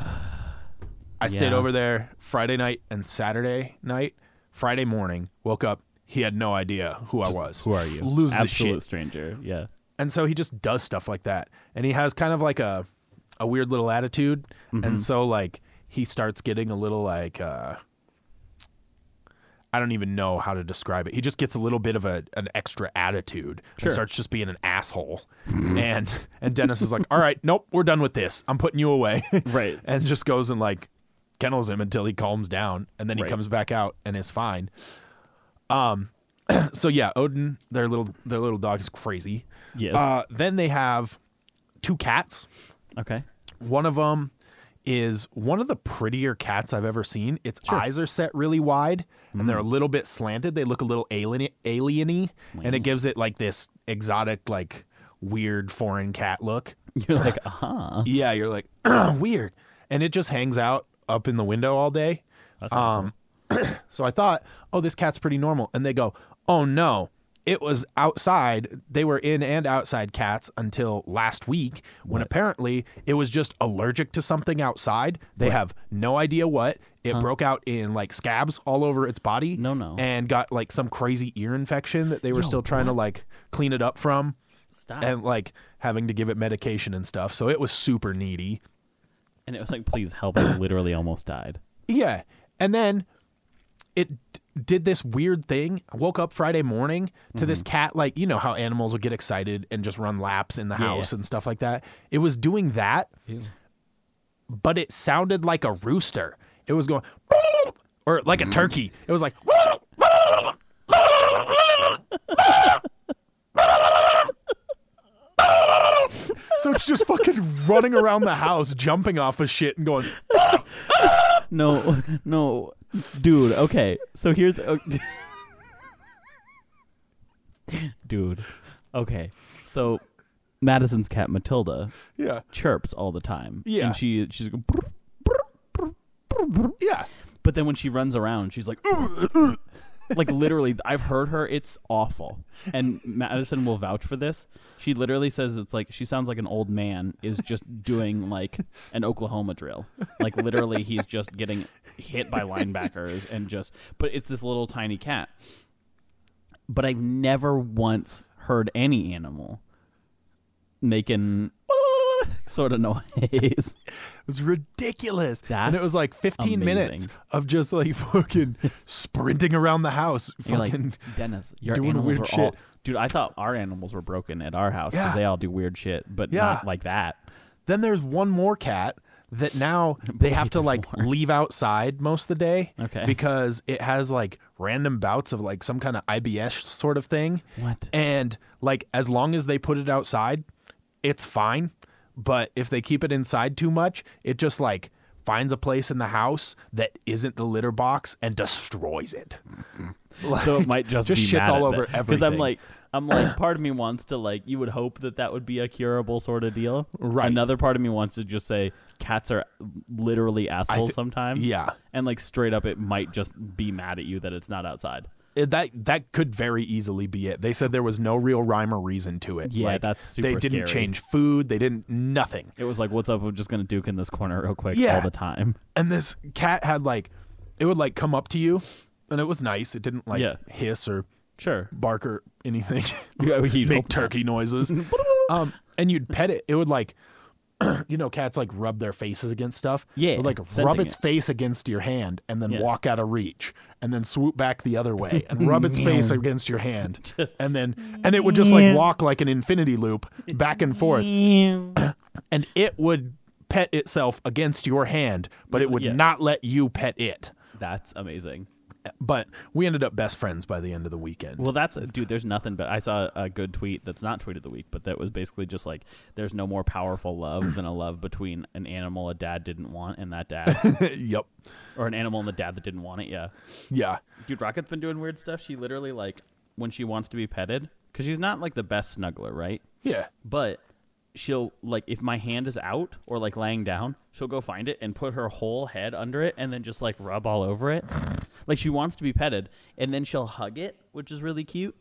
B: I stayed
A: Yeah.
B: over there Friday night and Saturday night. Friday morning, woke up. He had no idea who I was.
A: who are you?
B: Loses his
A: Absolute
B: shit.
A: stranger. Yeah.
B: and so he just does stuff like that and he has kind of like a a weird little attitude
A: Mm-hmm.
B: and so like he starts getting a little like uh I don't even know how to describe it. He just gets a little bit of a, an extra attitude
A: Sure.
B: and starts just being an asshole. and and Dennis is like, "All right, nope, we're done with this. I'm putting you away."
A: Right.
B: and just goes and like kennels him until he calms down, and then he
A: Right.
B: comes back out and is fine. Um, so yeah, Odin, their little their little dog is crazy.
A: Yes.
B: Uh, then they have two cats.
A: okay.
B: One of them is one of the prettier cats I've ever seen. Its eyes are set really wide and
A: Mm.
B: they're a little bit slanted. They look a little alien alieny and it gives it like this exotic like weird foreign cat look.
A: You're like, uh-huh.
B: Yeah, you're like weird. And it just hangs out up in the window all day.
A: That's
B: um,
A: not cool.
B: So I thought, oh, this cat's pretty normal. And they go, oh no, it was outside. They were in and outside cats until last week when apparently it was just allergic to something outside. They have no idea what. It broke out in like scabs all over its body.
A: No, no.
B: And got like some crazy ear infection that they were
A: Yo, Ah.
B: still trying to like clean it up from
A: Stop.
B: and like having to give it medication and stuff. So it was super needy.
A: and it was like, please help. I literally almost died.
B: Yeah. And then it d- did this weird thing. I woke up Friday morning to this cat, like, you know how animals will get excited and just run laps in the house and stuff like that. It was doing that, but it sounded like a rooster. It was going, or like a turkey. It was like, so it's just fucking running around the house, jumping off of shit and going,
A: No, no, dude. Okay, so here's, o- dude. Okay, so Madison's cat Matilda
B: yeah,
A: chirps all the time.
B: Yeah.
A: and she she's like, "Brr, brr, brr, brr, brr."
B: yeah.
A: but then when she runs around, she's like, "Ugh, ugh." like literally. I've heard her. It's awful, and Madison will vouch for this. She literally says it's like she sounds like an old man is just doing like an Oklahoma drill. Like literally, he's just getting hit by linebackers and just. But it's this little tiny cat. But I've never once heard any animal making sort of noise.
B: It was ridiculous. and it
A: That's
B: was like 15 minutes
A: amazing.
B: of just like fucking sprinting around the house.
A: You're
B: Fucking,
A: like Dennis. Your
B: doing
A: animals
B: weird
A: are
B: shit.
A: all dude. I thought our animals were broken at our house because
B: Yeah.
A: they all do weird shit, but
B: Yeah.
A: not like that.
B: then there's one more cat that now they have to
A: there's
B: like
A: more.
B: leave outside most of the day.
A: Okay.
B: Because it has like random bouts of like some kind of IBS sort of thing.
A: What?
B: And like as long as they put it outside, it's fine. But if they keep it inside too much, it just like finds a place in the house that isn't the litter box and destroys it.
A: So it might just,
B: just
A: be
B: shits
A: mad
B: all
A: at
B: over
A: Because I'm
B: everything.
A: like, I'm like, part of me wants to like. You would hope that that would be a curable sort of deal.
B: Right.
A: Another part of me wants to just say cats are literally assholes
B: thi-
A: sometimes.
B: yeah.
A: And like straight up, it might just be mad at you that it's not outside.
B: it- Uh, that that could very easily be it. They said there was no real rhyme or reason to it.
A: Yeah, that's
B: They
A: super
B: didn't
A: scary.
B: change food. They didn't nothing.
A: It was like, what's up? I'm just gonna duke in this corner real quick
B: Yeah.
A: all the time.
B: And this cat had like, it would like come up to you, and it was nice. It didn't like
A: Yeah.
B: hiss or
A: Sure.
B: bark or anything.
A: Yeah, you'd
B: Make
A: hope not.
B: turkey noises. um, and you'd pet it. It would like, you know, cats like rub their faces against stuff.
A: Yeah,
B: It would, like rub
A: scenting
B: its
A: it.
B: face against your hand and then
A: Yeah.
B: walk out of reach and then swoop back the other way and rub its face against your hand
A: Just-
B: and then and it would just like walk like an infinity loop back and forth and it would pet itself against your hand but it would
A: Yeah.
B: not let you pet it
A: That's amazing.
B: but we ended up best friends by the end of the weekend
A: Well, that's dude. There's nothing but I saw a good tweet that's not tweet of the week, but that was basically just like there's no more powerful love than a love between an animal a dad didn't want and that dad,
B: yep
A: or an animal and the dad that didn't want it. Yeah,
B: yeah
A: dude, Rocket's been doing weird stuff. She literally like when she wants to be petted because she's not like the best snuggler, right?
B: yeah
A: But she'll like if my hand is out or like laying down, she'll go find it and put her whole head under it and then just like rub all over it. like she wants to be petted and then she'll hug it, which is really cute.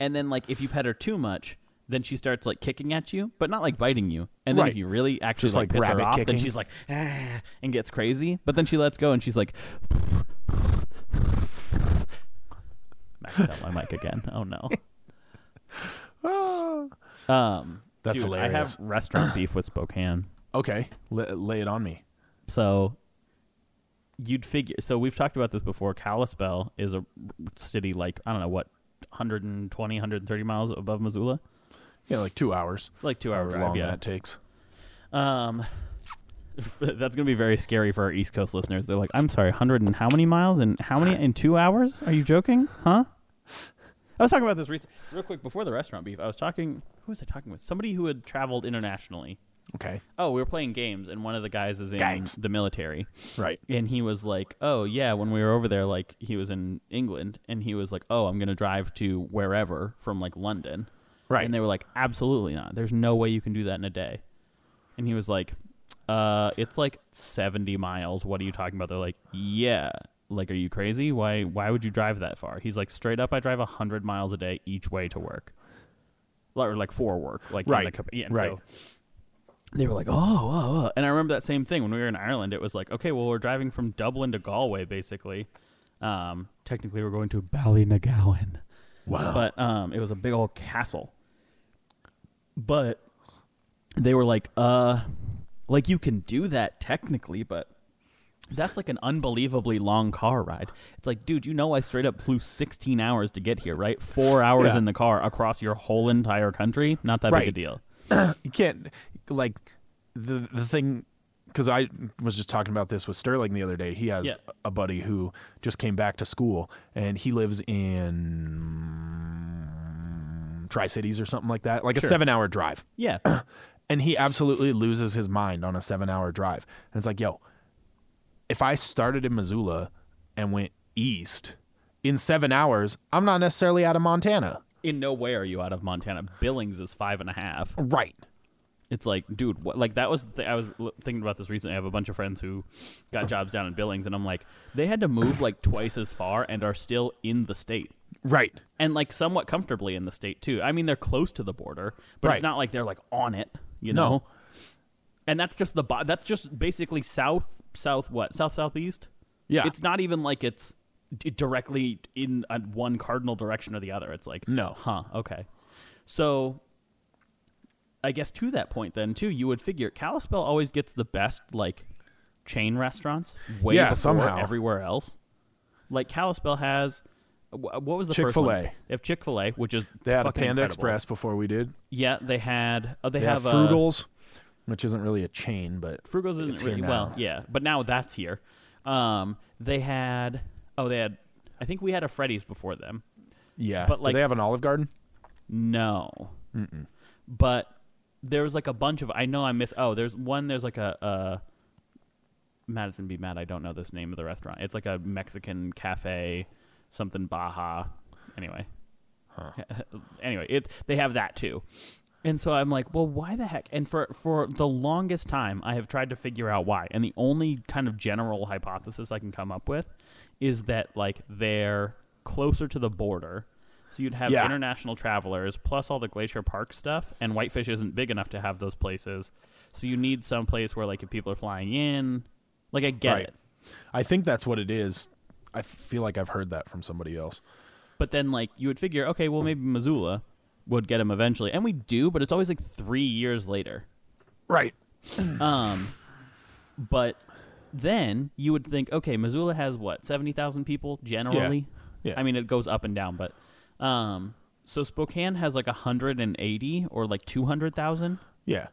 A: and then like if you pet her too much, then she starts like kicking at you, but not like biting you. And then
B: Right.
A: if you really actually
B: Just,
A: like,
B: like,
A: piss her
B: rabbit
A: off, then
B: kicking.
A: she's like "Ah," and gets crazy. But then she lets go and she's like maxed out my mic again. Oh no.
B: Ah.
A: Um,
B: That's
A: dude, I have
B: hilarious.
A: restaurant beef with Spokane.
B: okay L- lay it on me
A: So you'd figure. So we've talked about this before. Kalispell is a r- city like I don't know what, 120, 130 miles above Missoula,
B: yeah like two hours
A: like two hour
B: however
A: drive.
B: long
A: Yeah.
B: that takes
A: Um, that's gonna be very scary for our East Coast listeners. They're like, I'm sorry, 100 and how many miles and how many in two hours? Are you joking? Huh? I was talking about this rec- real quick before the restaurant beef. I was talking. Who was I talking with? Somebody who had traveled internationally
B: Okay.
A: Oh, we were playing games, and one of the guys is in
B: Games.
A: the military.
B: Right.
A: And he was like, "Oh yeah," when we were over there, like he was in England, and he was like, "Oh, I'm gonna drive to wherever from like London,"
B: Right.
A: And they were like, "Absolutely not. There's no way you can do that in a day." And he was like, "Uh, it's like 70 miles. What are you talking about?" They're like, "Yeah." Like, are you crazy? Why? Why would you drive that far? He's like, straight up, I drive hundred miles a day each way to work, or like for work, like in
B: Right.
A: the compa- yeah, and
B: Right.
A: so- they were like, oh, oh, oh. And I remember that same thing when we were in Ireland. It was like, okay, well, we're driving from Dublin to Galway, basically. Um, technically, we're going to Ballynagowan.
B: Wow.
A: But um, it was a big old castle. But they were like, uh, like you can do that technically, but that's like an unbelievably long car ride. It's like, dude, you know, I straight up flew 16 hours to get here, right? Four hours
B: Yeah.
A: in the car across your whole entire country. Not that big a
B: Right.
A: deal.
B: you can't like the the thing because I was just talking about this with Sterling the other day. He has
A: Yeah.
B: a buddy who just came back to school and he lives in Tri Cities or something like that, like a
A: Sure.
B: seven hour drive.
A: Yeah.
B: And he absolutely loses his mind on a seven hour drive. And it's like, yo, if I started in Missoula and went east in seven hours, I'm not necessarily out of Montana.
A: in no way are you out of Montana. Billings is five and a half.
B: Right.
A: It's like, dude, what, like that was. The, I was l- thinking about this recently. I have a bunch of friends who got jobs down in Billings, and I'm like, they had to move like twice as far and are still in the state.
B: Right.
A: And like somewhat comfortably in the state too. I mean, they're close to the border, but
B: Right.
A: it's not like they're like on it, you
B: No.
A: know. And that's just the bo- that's just basically south south what south southeast.
B: Yeah.
A: it's not even like it's d- directly in uh, one cardinal direction or the other. It's like
B: No.
A: huh, okay. So, I guess to that point, then too, you would figure Kalispell always gets the best like chain restaurants way
B: Yeah,
A: before
B: somehow.
A: everywhere else. Like Kalispell has, wh- what was the first
B: Chick-fil-A.
A: one? They have Chick Fil A, which is
B: They had a
A: fucking
B: Panda
A: incredible.
B: Express before we did.
A: Yeah, they had. Oh, they,
B: They have
A: have, uh,
B: Frugals, which isn't really a chain, but
A: Frugal's isn't
B: It's here
A: really
B: now.
A: well, yeah, but now that's here. Um, they had oh, they had I think we had a Freddy's before them.
B: yeah.
A: but,
B: But
A: like-
B: like, Do they have an Olive Garden.
A: No, but there was like a bunch of I know I miss. Oh, there's one. There's like a. Uh, Madison be mad. I don't know this name of the restaurant. It's like a Mexican cafe, something Baja. Anyway, anyway, it they have that too. And so I'm like, well, why the heck? And for for the longest time, I have tried to figure out why. And the only kind of general hypothesis I can come up with is that like they're closer to the border. So you'd have
B: Yeah.
A: international travelers plus all the Glacier Park stuff, and Whitefish isn't big enough to have those places. So you need some place where like if people are flying in, like I get it.
B: I think that's what it is. I feel like I've heard that from somebody else.
A: But then, like, you would figure, okay, well, maybe Missoula would get him eventually, and we do, but it's always like three years later.
B: Right.
A: Um, but then you would think, okay, Missoula has what seventy thousand people generally.
B: Yeah.
A: I mean, it goes up and down, but um, so Spokane has like hundred and eighty or like two hundred thousand,
B: Yeah.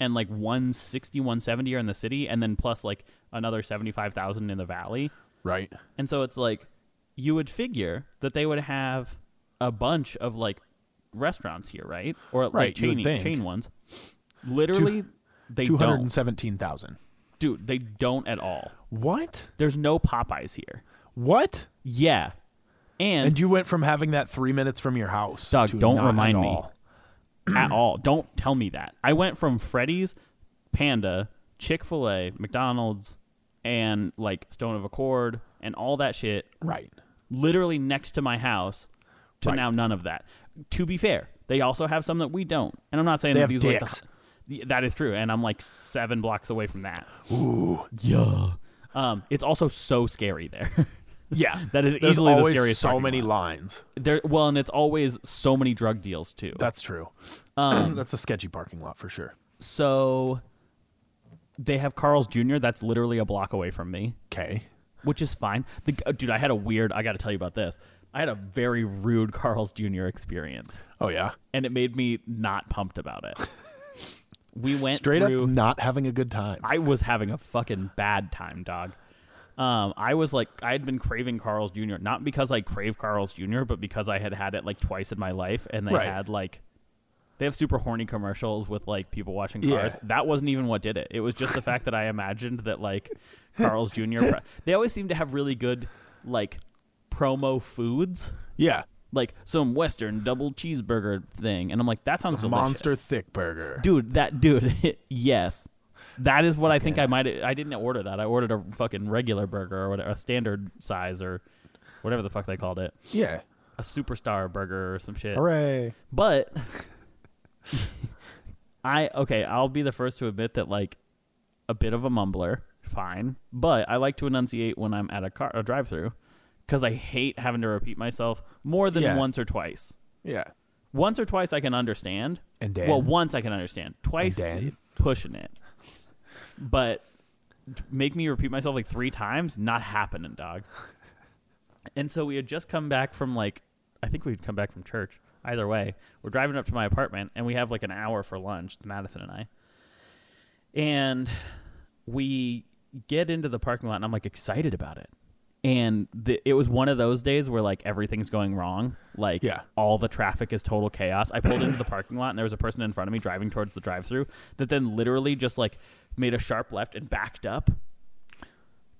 A: and like 160, 170 are in the city, and then plus like another seventy five thousand in the valley.
B: Right.
A: And so it's like you would figure that they would have a bunch of like restaurants here, right? Or like
B: Right, you would
A: chain
B: think.
A: chain ones. Literally, they
B: Two hundred and
A: don't.
B: seventeen thousand.
A: Dude, they don't at all.
B: What?
A: There's no Popeyes here.
B: What?
A: Yeah, and,
B: And you went from having that three minutes from your house.
A: Doug,
B: to
A: don't
B: not at
A: remind me.
B: all.
A: at all. Don't tell me that. I went from Freddy's, Panda, Chick Fil A, McDonald's, and like Stone of Accord, and all that shit
B: Right.
A: literally next to my house to
B: Right.
A: now none of that. To be fair, they also have some that we don't. And I'm not saying
B: They
A: that
B: have
A: these like
B: dicks.
A: the, Yeah, that is true and I'm like 7 blocks away from that. Ooh, yeah. Um it's also so scary there.
B: Yeah.
A: That is
B: There's
A: easily the
B: always
A: scariest
B: So
A: parking
B: many
A: lot.
B: lines.
A: there well and it's always so many drug deals too.
B: That's true.
A: Um,
B: that's a sketchy parking lot for sure.
A: so they have Carl's Jr. that's literally a block away from me.
B: Okay.
A: which is fine. The, uh, dude, I had a weird. I got to tell you about this. I had a very rude Carl's Jr. experience,
B: Oh yeah.
A: and it made me not pumped about it. we went
B: Straight
A: through,
B: up, not having a good time.
A: I was having a fucking bad time, dog. Um, I was like, I had been craving Carl's Jr. Not because I crave Carl's Jr., but because I had had it like twice in my life, and they
B: Right.
A: had like They have super horny commercials with like people watching
B: Yeah.
A: cars. That wasn't even what did it. It was just the fact that I imagined that like Carl's Jr. pro- they always seem to have really good like promo foods.
B: Yeah.
A: Like some Western double cheeseburger thing, and I'm like, that sounds delicious.
B: Monster thick burger.
A: dude that dude yes that is what i think i might i didn't order that i ordered a fucking regular burger or whatever a standard size or whatever the fuck they called it
B: Yeah.
A: a superstar burger or some shit
B: Hooray.
A: but i okay i'll be the first to admit that like a bit of a mumbler fine but i like to enunciate when i'm at a car a drive through because i hate having to repeat myself more than
B: Yeah.
A: once or twice
B: Yeah.
A: once or twice I can understand.
B: And Dan?
A: Well, once I can understand. Twice
B: And Dan?
A: pushing it. But t- make me repeat myself like three times, not happening, dog. And so we had just come back from like I think we'd come back from church. Either way, we're driving up to my apartment and we have like an hour for lunch, Madison and I. And we get into the parking lot and I'm like excited about it. And the, it was one of those days where like everything's going wrong. Like
B: Yeah.
A: all the traffic is total chaos. I pulled into the parking lot and there was a person in front of me driving towards the drive through that then literally just like made a sharp left and backed up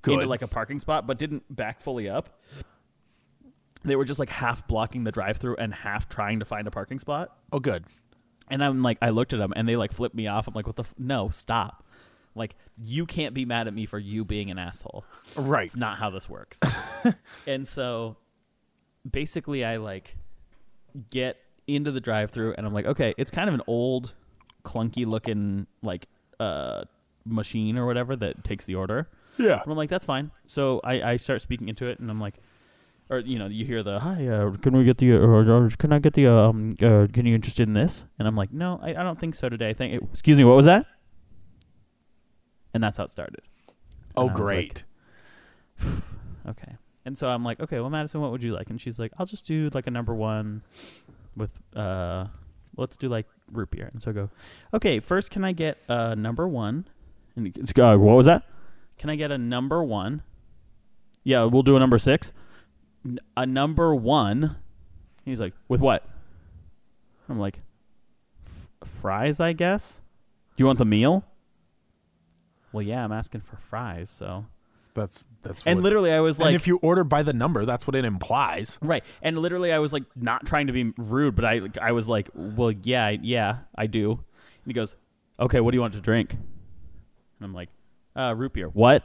A: into
B: Good.
A: like a parking spot, but didn't back fully up. They were just like half blocking the drive through and half trying to find a parking spot.
B: Oh, good.
A: And I'm like, I looked at them and they like flipped me off. I'm like, what the? F- no, stop. Like, you can't be mad at me for you being an asshole.
B: Right.
A: It's not how this works. and so basically, I like get into the drive through and I'm like, okay, it's kind of an old, clunky looking like uh, machine or whatever that takes the order.
B: Yeah.
A: And I'm like, that's fine. So I, I start speaking into it, and I'm like, or you know, you hear the hi, uh, can we get the, uh, or, or can I get the, um, uh, can you interested in this? And I'm like, no, I, I don't think so today. Thank, excuse me, what was that? And that's how it started.
B: Oh,
A: And I was like,
B: great.
A: Okay. And so I'm like, okay, well, Madison, what would you like? And she's like, I'll just do like a number one with, uh, let's do like root beer. And so I go, okay, first, can I get a number one? And he goes, uh, what was that? Can I get a number one? Yeah, we'll do a number six. N- a number one. He's like, with what? I'm like, F- fries, I guess. Do you want the meal? Well, yeah, I'm asking for fries, so.
B: that's that's.
A: And
B: what-
A: literally, I was like,
B: and if you order by the number, that's what it implies.
A: Right. And literally I was like not trying to be rude, but I I was like, "Well, yeah, I- yeah, I do." And he goes, "Okay, what do you want to drink?" And I'm like, "Uh, root beer." What?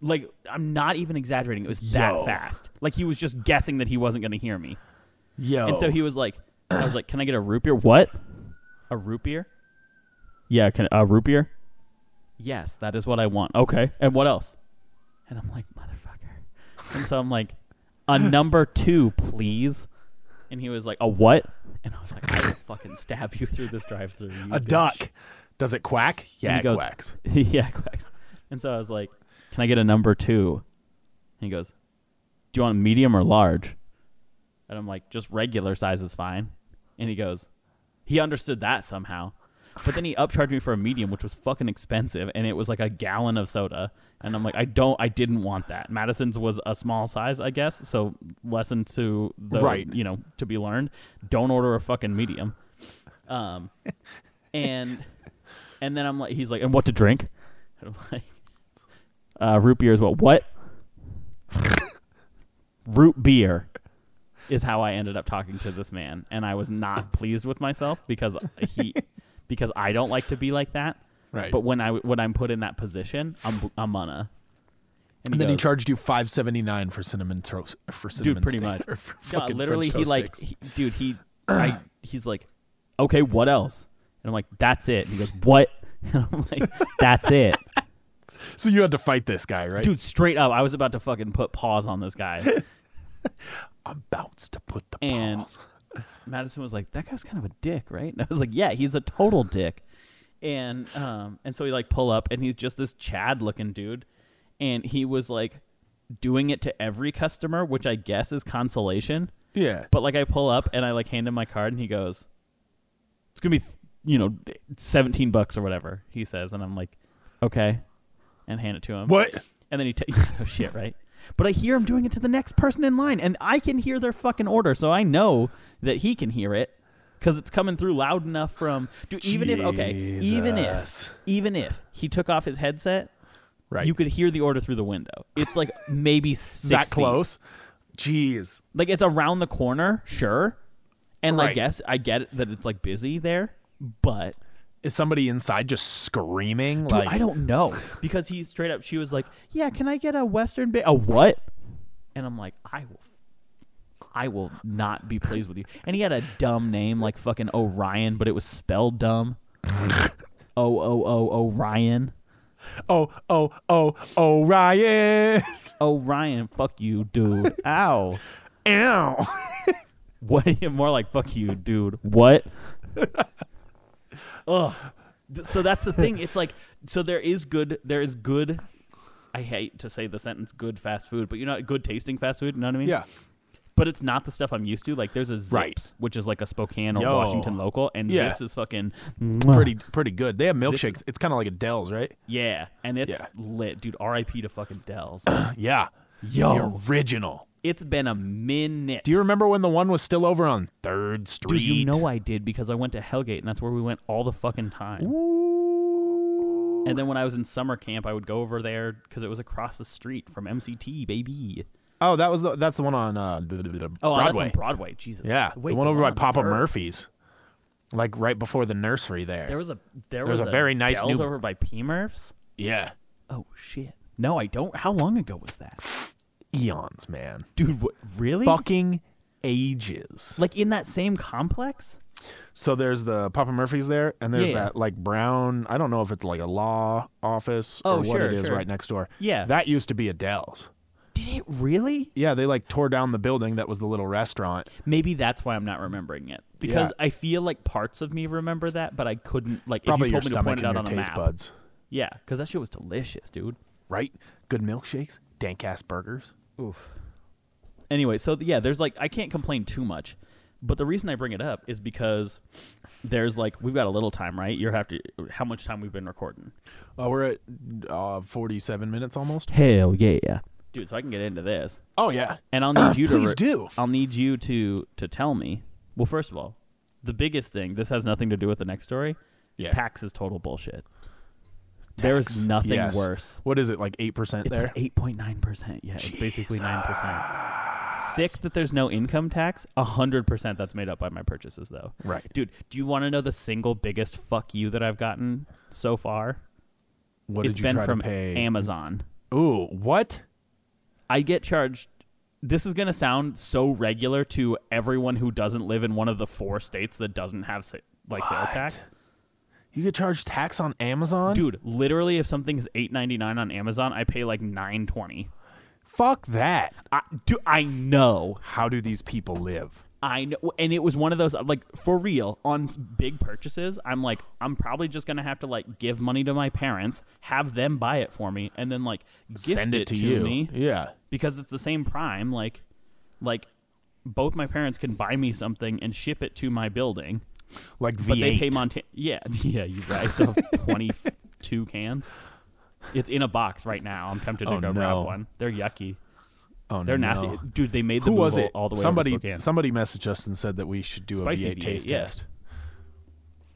A: Like I'm not even exaggerating. It was that
B: Yo.
A: fast. Like he was just guessing that he wasn't going to hear me.
B: Yo.
A: And so he was like, I was like, "Can I get a root beer?" What? A root beer? Yeah, can a root beer? Yes, that is what I want. Okay, and what else? And I'm like, motherfucker. And so I'm like, a number two, please. And he was like, a what? And I was like, I will fucking stab you through this drive-through. you
B: a
A: bitch.
B: duck. Does it quack? Yeah,
A: he
B: it
A: goes-
B: quacks.
A: yeah, quacks. And so I was like, "Can I get a number two? And he goes, "Do you want medium or large?" And I'm like, "Just regular size is fine." And he goes, "He understood that somehow." But then he upcharged me for a medium, which was fucking expensive, and it was like a gallon of soda. And I'm like, I don't, I didn't want that. Madison's was a small size, I guess. So lesson to the
B: Right.
A: you know, to be learned: don't order a fucking medium. Um, and and then I'm like, he's like, and what to drink? And I'm like, uh, root beer is what? What? root beer is how I ended up talking to this man, and I was not pleased with myself because he because I don't like to be like that.
B: Right.
A: But when I when I'm put in that position, I'm I'm gonna.
B: and then he
A: goes-
B: charged you five seventy nine for cinnamon toast. For cinnamon
A: dude pretty
B: steak-
A: much
B: or for
A: no,
B: fucking
A: literally
B: French
A: he
B: toast
A: like
B: sticks.
A: he, dude he I, he's like okay what else and i'm like that's it and he goes what and i'm like that's it
B: So you had to fight this guy, right?
A: dude straight up i was about to fucking put pause on this guy
B: I'm about to put the
A: And-
B: paws.
A: madison was like that guy's kind of a dick right and i was like yeah he's a total dick and um and so we like pull up and he's just this chad looking dude and he was like doing it to every customer which i guess is consolation
B: Yeah.
A: But like I pull up and I like hand him my card and he goes, "It's gonna be you know seventeen bucks or whatever." He says, and I'm like, "Okay," and hand it to him.
B: What?
A: And then he takes oh shit right. But I hear him doing it to the next person in line, and I can hear their fucking order, so I know that he can hear it. because it's coming through loud enough from. Dude, even if okay, even
B: Jesus.
A: if even if he took off his headset,
B: Right.
A: you could hear the order through the window. It's like maybe six
B: that
A: feet.
B: close. Jeez.
A: Like it's around the corner, sure. And I
B: Right.
A: guess I get it that it's like busy there, but
B: Is somebody inside just screaming?
A: Dude,
B: like
A: I don't know because he straight up she was like, "Yeah, can I get a Western Bay? A what?" And I'm like, "I will, I will not be pleased with you." And he had a dumb name like fucking Orion, but it was spelled dumb. O O O Orion.
B: Oh, oh, oh, oh, Ryan.
A: Orion, fuck you, dude. Ow.
B: Ow.
A: What? More like fuck you, dude. What? Ugh. D- So that's the thing. It's like so there is good. There is good. I hate to say the sentence "good fast food," but you know, good tasting fast food. You know what I mean?
B: Yeah.
A: But it's not the stuff I'm used to. Like there's a Zips,
B: Right.
A: which is like a Spokane or
B: Yo.
A: Washington local, and
B: Yeah.
A: Zips is fucking
B: Pretty pretty good. They have
A: Zips-
B: milkshakes. It's kind of like a Dell's, right?
A: Yeah, and it's
B: Yeah.
A: lit, dude. R.I.P. to fucking Dells.
B: Yeah.
A: Yo.
B: The original.
A: it's been a minute.
B: Do you remember when the one was still over on 3rd Street?
A: Dude, you know I did because I went to Hellgate, and that's where we went all the fucking time.
B: Ooh.
A: And then when I was in summer camp, I would go over there because it was across the street from MCT, baby.
B: Oh, that was the, that's the one on uh, blah, blah, blah,
A: Oh, that's
B: Broadway.
A: on Broadway. Jesus.
B: yeah.
A: Wait,
B: the one over
A: one
B: by
A: on
B: Papa
A: Third.
B: Murphy's. Like right before the nursery there.
A: There was a there
B: There's
A: was
B: a very nice
A: Dell's
B: new-
A: over by P Murphs.
B: yeah.
A: Oh shit. No, I don't. How long ago was that,
B: Eons, man.
A: dude? What, really?
B: Fucking ages.
A: Like in that same complex?
B: So there's the Papa Murphy's there, and there's
A: Yeah, yeah.
B: that like brown. I don't know if it's like a law office
A: Oh,
B: or what
A: sure,
B: it is
A: sure.
B: right next door.
A: Yeah.
B: that used to be Adele's.
A: Did it really?
B: Yeah, they like tore down the building that was the little restaurant.
A: Maybe that's why I'm not remembering it because I feel like parts of me remember that, but I couldn't. Like
B: Probably
A: if you
B: your
A: told me to
B: stomach
A: point
B: and
A: it out
B: your
A: on a
B: taste
A: map.
B: buds,
A: Yeah, because that shit was delicious, dude.
B: right? Good milkshakes, dank ass burgers.
A: Oof. Anyway, so th- yeah, there's like I can't complain too much, but the reason I bring it up is because there's like we've got a little time, right? You have to how much time we've been recording?
B: Oh, we're at uh, 47 minutes almost.
A: Hell yeah, dude! So I can get into this,
B: Oh yeah,
A: and I'll need you to
B: Please
A: re-
B: do.
A: I'll need you to to tell me. Well, first of all, the biggest thing. This has nothing to do with the next story.
B: Yeah.
A: Pax is total bullshit. There is
B: Tax.
A: nothing
B: Yes.
A: worse.
B: What is it like eight percent
A: It's
B: there?
A: like eight point nine percent. Yeah, it's basically nine percent. Sick that there's no income tax. hundred percent that's made up by my purchases though.
B: Right.
A: Dude, do you want to know the single biggest fuck you that I've gotten so far?
B: what
A: It's
B: did you
A: been
B: try
A: from
B: to pay?
A: Amazon.
B: Ooh, what?
A: I get charged this is going to sound so regular to everyone who doesn't live in one of the four states that doesn't have sa- like sales
B: What?
A: tax.
B: You get charged tax on Amazon?
A: Dude, literally if something is 8.99 on Amazon, I pay like 9.20.
B: fuck that.
A: I do I know.
B: How do these people live?
A: I know, and it was one of those like for real on big purchases. I'm like, I'm probably just gonna have to like give money to my parents, have them buy it for me, and then like gift
B: Send it, to,
A: to,
B: you.
A: me
B: Yeah.
A: because it's the same prime. Like, like both my parents can buy me something and ship it to my building,
B: Like V8.
A: but they pay Montana. Yeah, yeah, you I still have twenty two cans. It's in a box right now. I'm tempted to
B: Oh,
A: go
B: no.
A: grab one. They're yucky.
B: Oh,
A: They're
B: no.
A: nasty, dude. They made the
B: Who
A: move
B: was
A: all-
B: it?
A: all the way over to
B: somebody
A: Spokane.
B: somebody messaged us and said that we should do
A: Spicy
B: a V8 taste
A: V8, yeah.
B: test.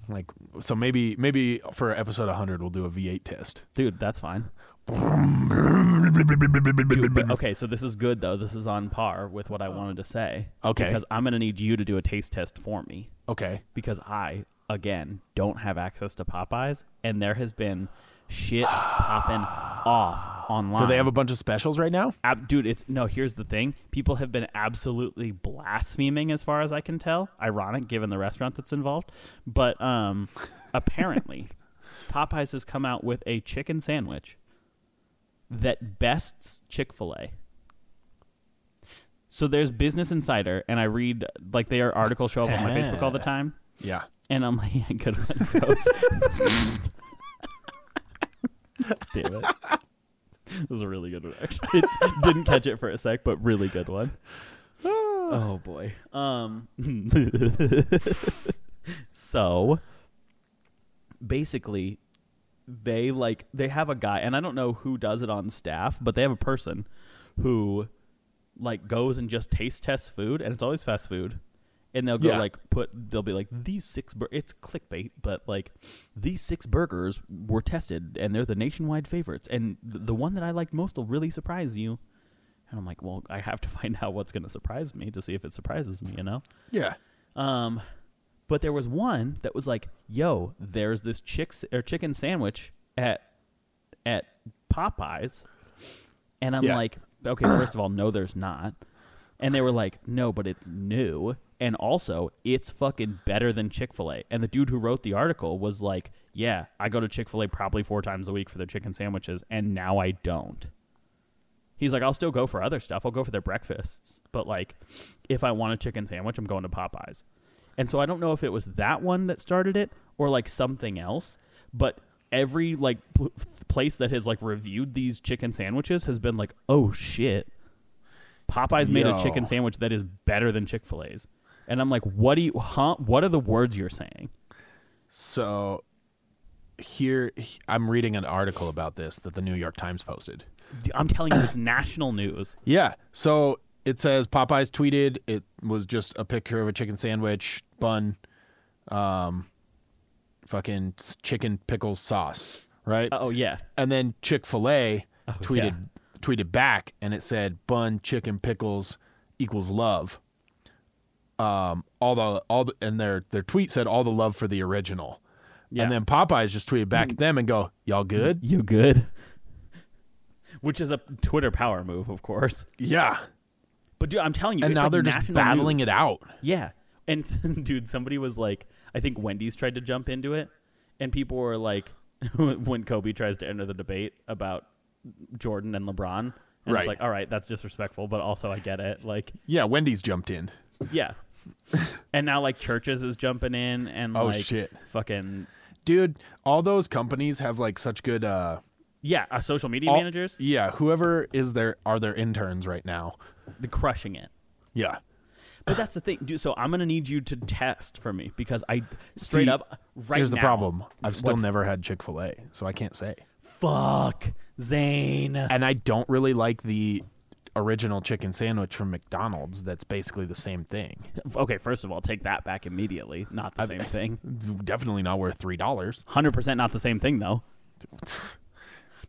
B: Like so maybe maybe for episode 100 we'll do a V8 test.
A: dude. That's fine. Dude, but- okay, so this is good though. This is on par with what I wanted to say.
B: Oh. Okay.
A: Because I'm gonna need you to do a taste test for me
B: Okay.
A: because I again don't have access to Popeyes, and there has been shit popping off online.
B: Do they have a bunch of specials right now?
A: Ab- dude? It's no. Here's the thing: people have been absolutely blaspheming, as far as I can tell. Ironic, given the restaurant that's involved, but um, apparently, Popeyes has come out with a chicken sandwich that bests Chick Fil A. So there's Business Insider, and I read like their articles show up on my Facebook all the time,
B: Yeah.
A: and I'm like, yeah, good one, Rose. Damn it. This was a really good one. Actually, It- didn't catch it for a sec, but really good one. Oh boy. Um. so, basically, they like they have a guy, and I don't know who does it on staff, but they have a person who like goes and just taste tests food, and it's always fast food, and they'll go
B: Yeah.
A: like put they'll be like these six bur- it's clickbait, but like these six burgers were tested and they're the nationwide favorites, and th- the one that I liked most will really surprise you. And I'm like, well, I have to find out what's going to surprise me to see if it surprises me, you know.
B: Yeah.
A: Um, but there was one that was like, "Yo, there's this chick or chicken sandwich at at Popeyes," and I'm
B: Yeah.
A: like, "Okay, first of all, no, there's not." And they were like, "No, but it's new, and also it's fucking better than Chick Fil A." And the dude who wrote the article was like, "Yeah, I go to Chick Fil A probably four times a week for their chicken sandwiches, and now I don't." He's like, I'll still go for other stuff. I'll go for their breakfasts. But like, if I want a chicken sandwich, I'm going to Popeyes. And so I don't know if it was that one that started it or like something else. But every like pl- place that has like reviewed these chicken sandwiches has been like, oh shit, Popeyes made a
B: Yo.
A: chicken sandwich that is better than Chick Fil A's. And I'm like, what do you, huh? What are the words you're saying?
B: So here I'm reading an article about this that the New York Times posted.
A: D- I'm telling you, it's national news.
B: Yeah. So it says Popeyes tweeted it was just a picture of a chicken sandwich, bun, um, fucking s- chicken pickles sauce, right?
A: Oh yeah,
B: and then Chick Fil A tweeted
A: Oh, yeah.
B: tweeted back, and it said bun chicken pickles equals love. Um, all the all the, and their their tweet said all the love for the original.
A: Yeah.
B: And then Popeyes just tweeted back at them and go, "Y'all good?"
A: you good? Which is a Twitter power move, of course.
B: Yeah.
A: But dude, I'm telling you,
B: And
A: it's
B: now
A: like
B: they're just
A: national
B: battling
A: news.
B: it out.
A: Yeah, and dude, somebody was like, I think Wendy's tried to jump into it, and people were like, when Kobe tries to enter the debate about Jordan and LeBron, and
B: Right.
A: it's like, all right, that's disrespectful, but also I get it. Like,
B: Yeah, Wendy's jumped in.
A: yeah. and now like churches is jumping in, and
B: Oh,
A: like
B: shit.
A: fucking
B: Dude, all those companies have like such good uh
A: yeah, uh, social media
B: all-
A: managers,
B: Yeah, whoever is their are their interns right now.
A: the crushing it.
B: Yeah.
A: But that's the thing, dude. So I'm gonna need you to test for me because I straight
B: See,
A: up uh, right
B: Here's
A: now.
B: the problem. I've still
A: What's-
B: never had Chick-fil-A, so I can't say.
A: Fuck, Zane.
B: and I don't really like the original chicken sandwich from McDonald's. That's basically the same thing.
A: Okay, first of all, take that back immediately. Not the same thing.
B: Definitely not worth three dollars.
A: Hundred percent, not the same thing though.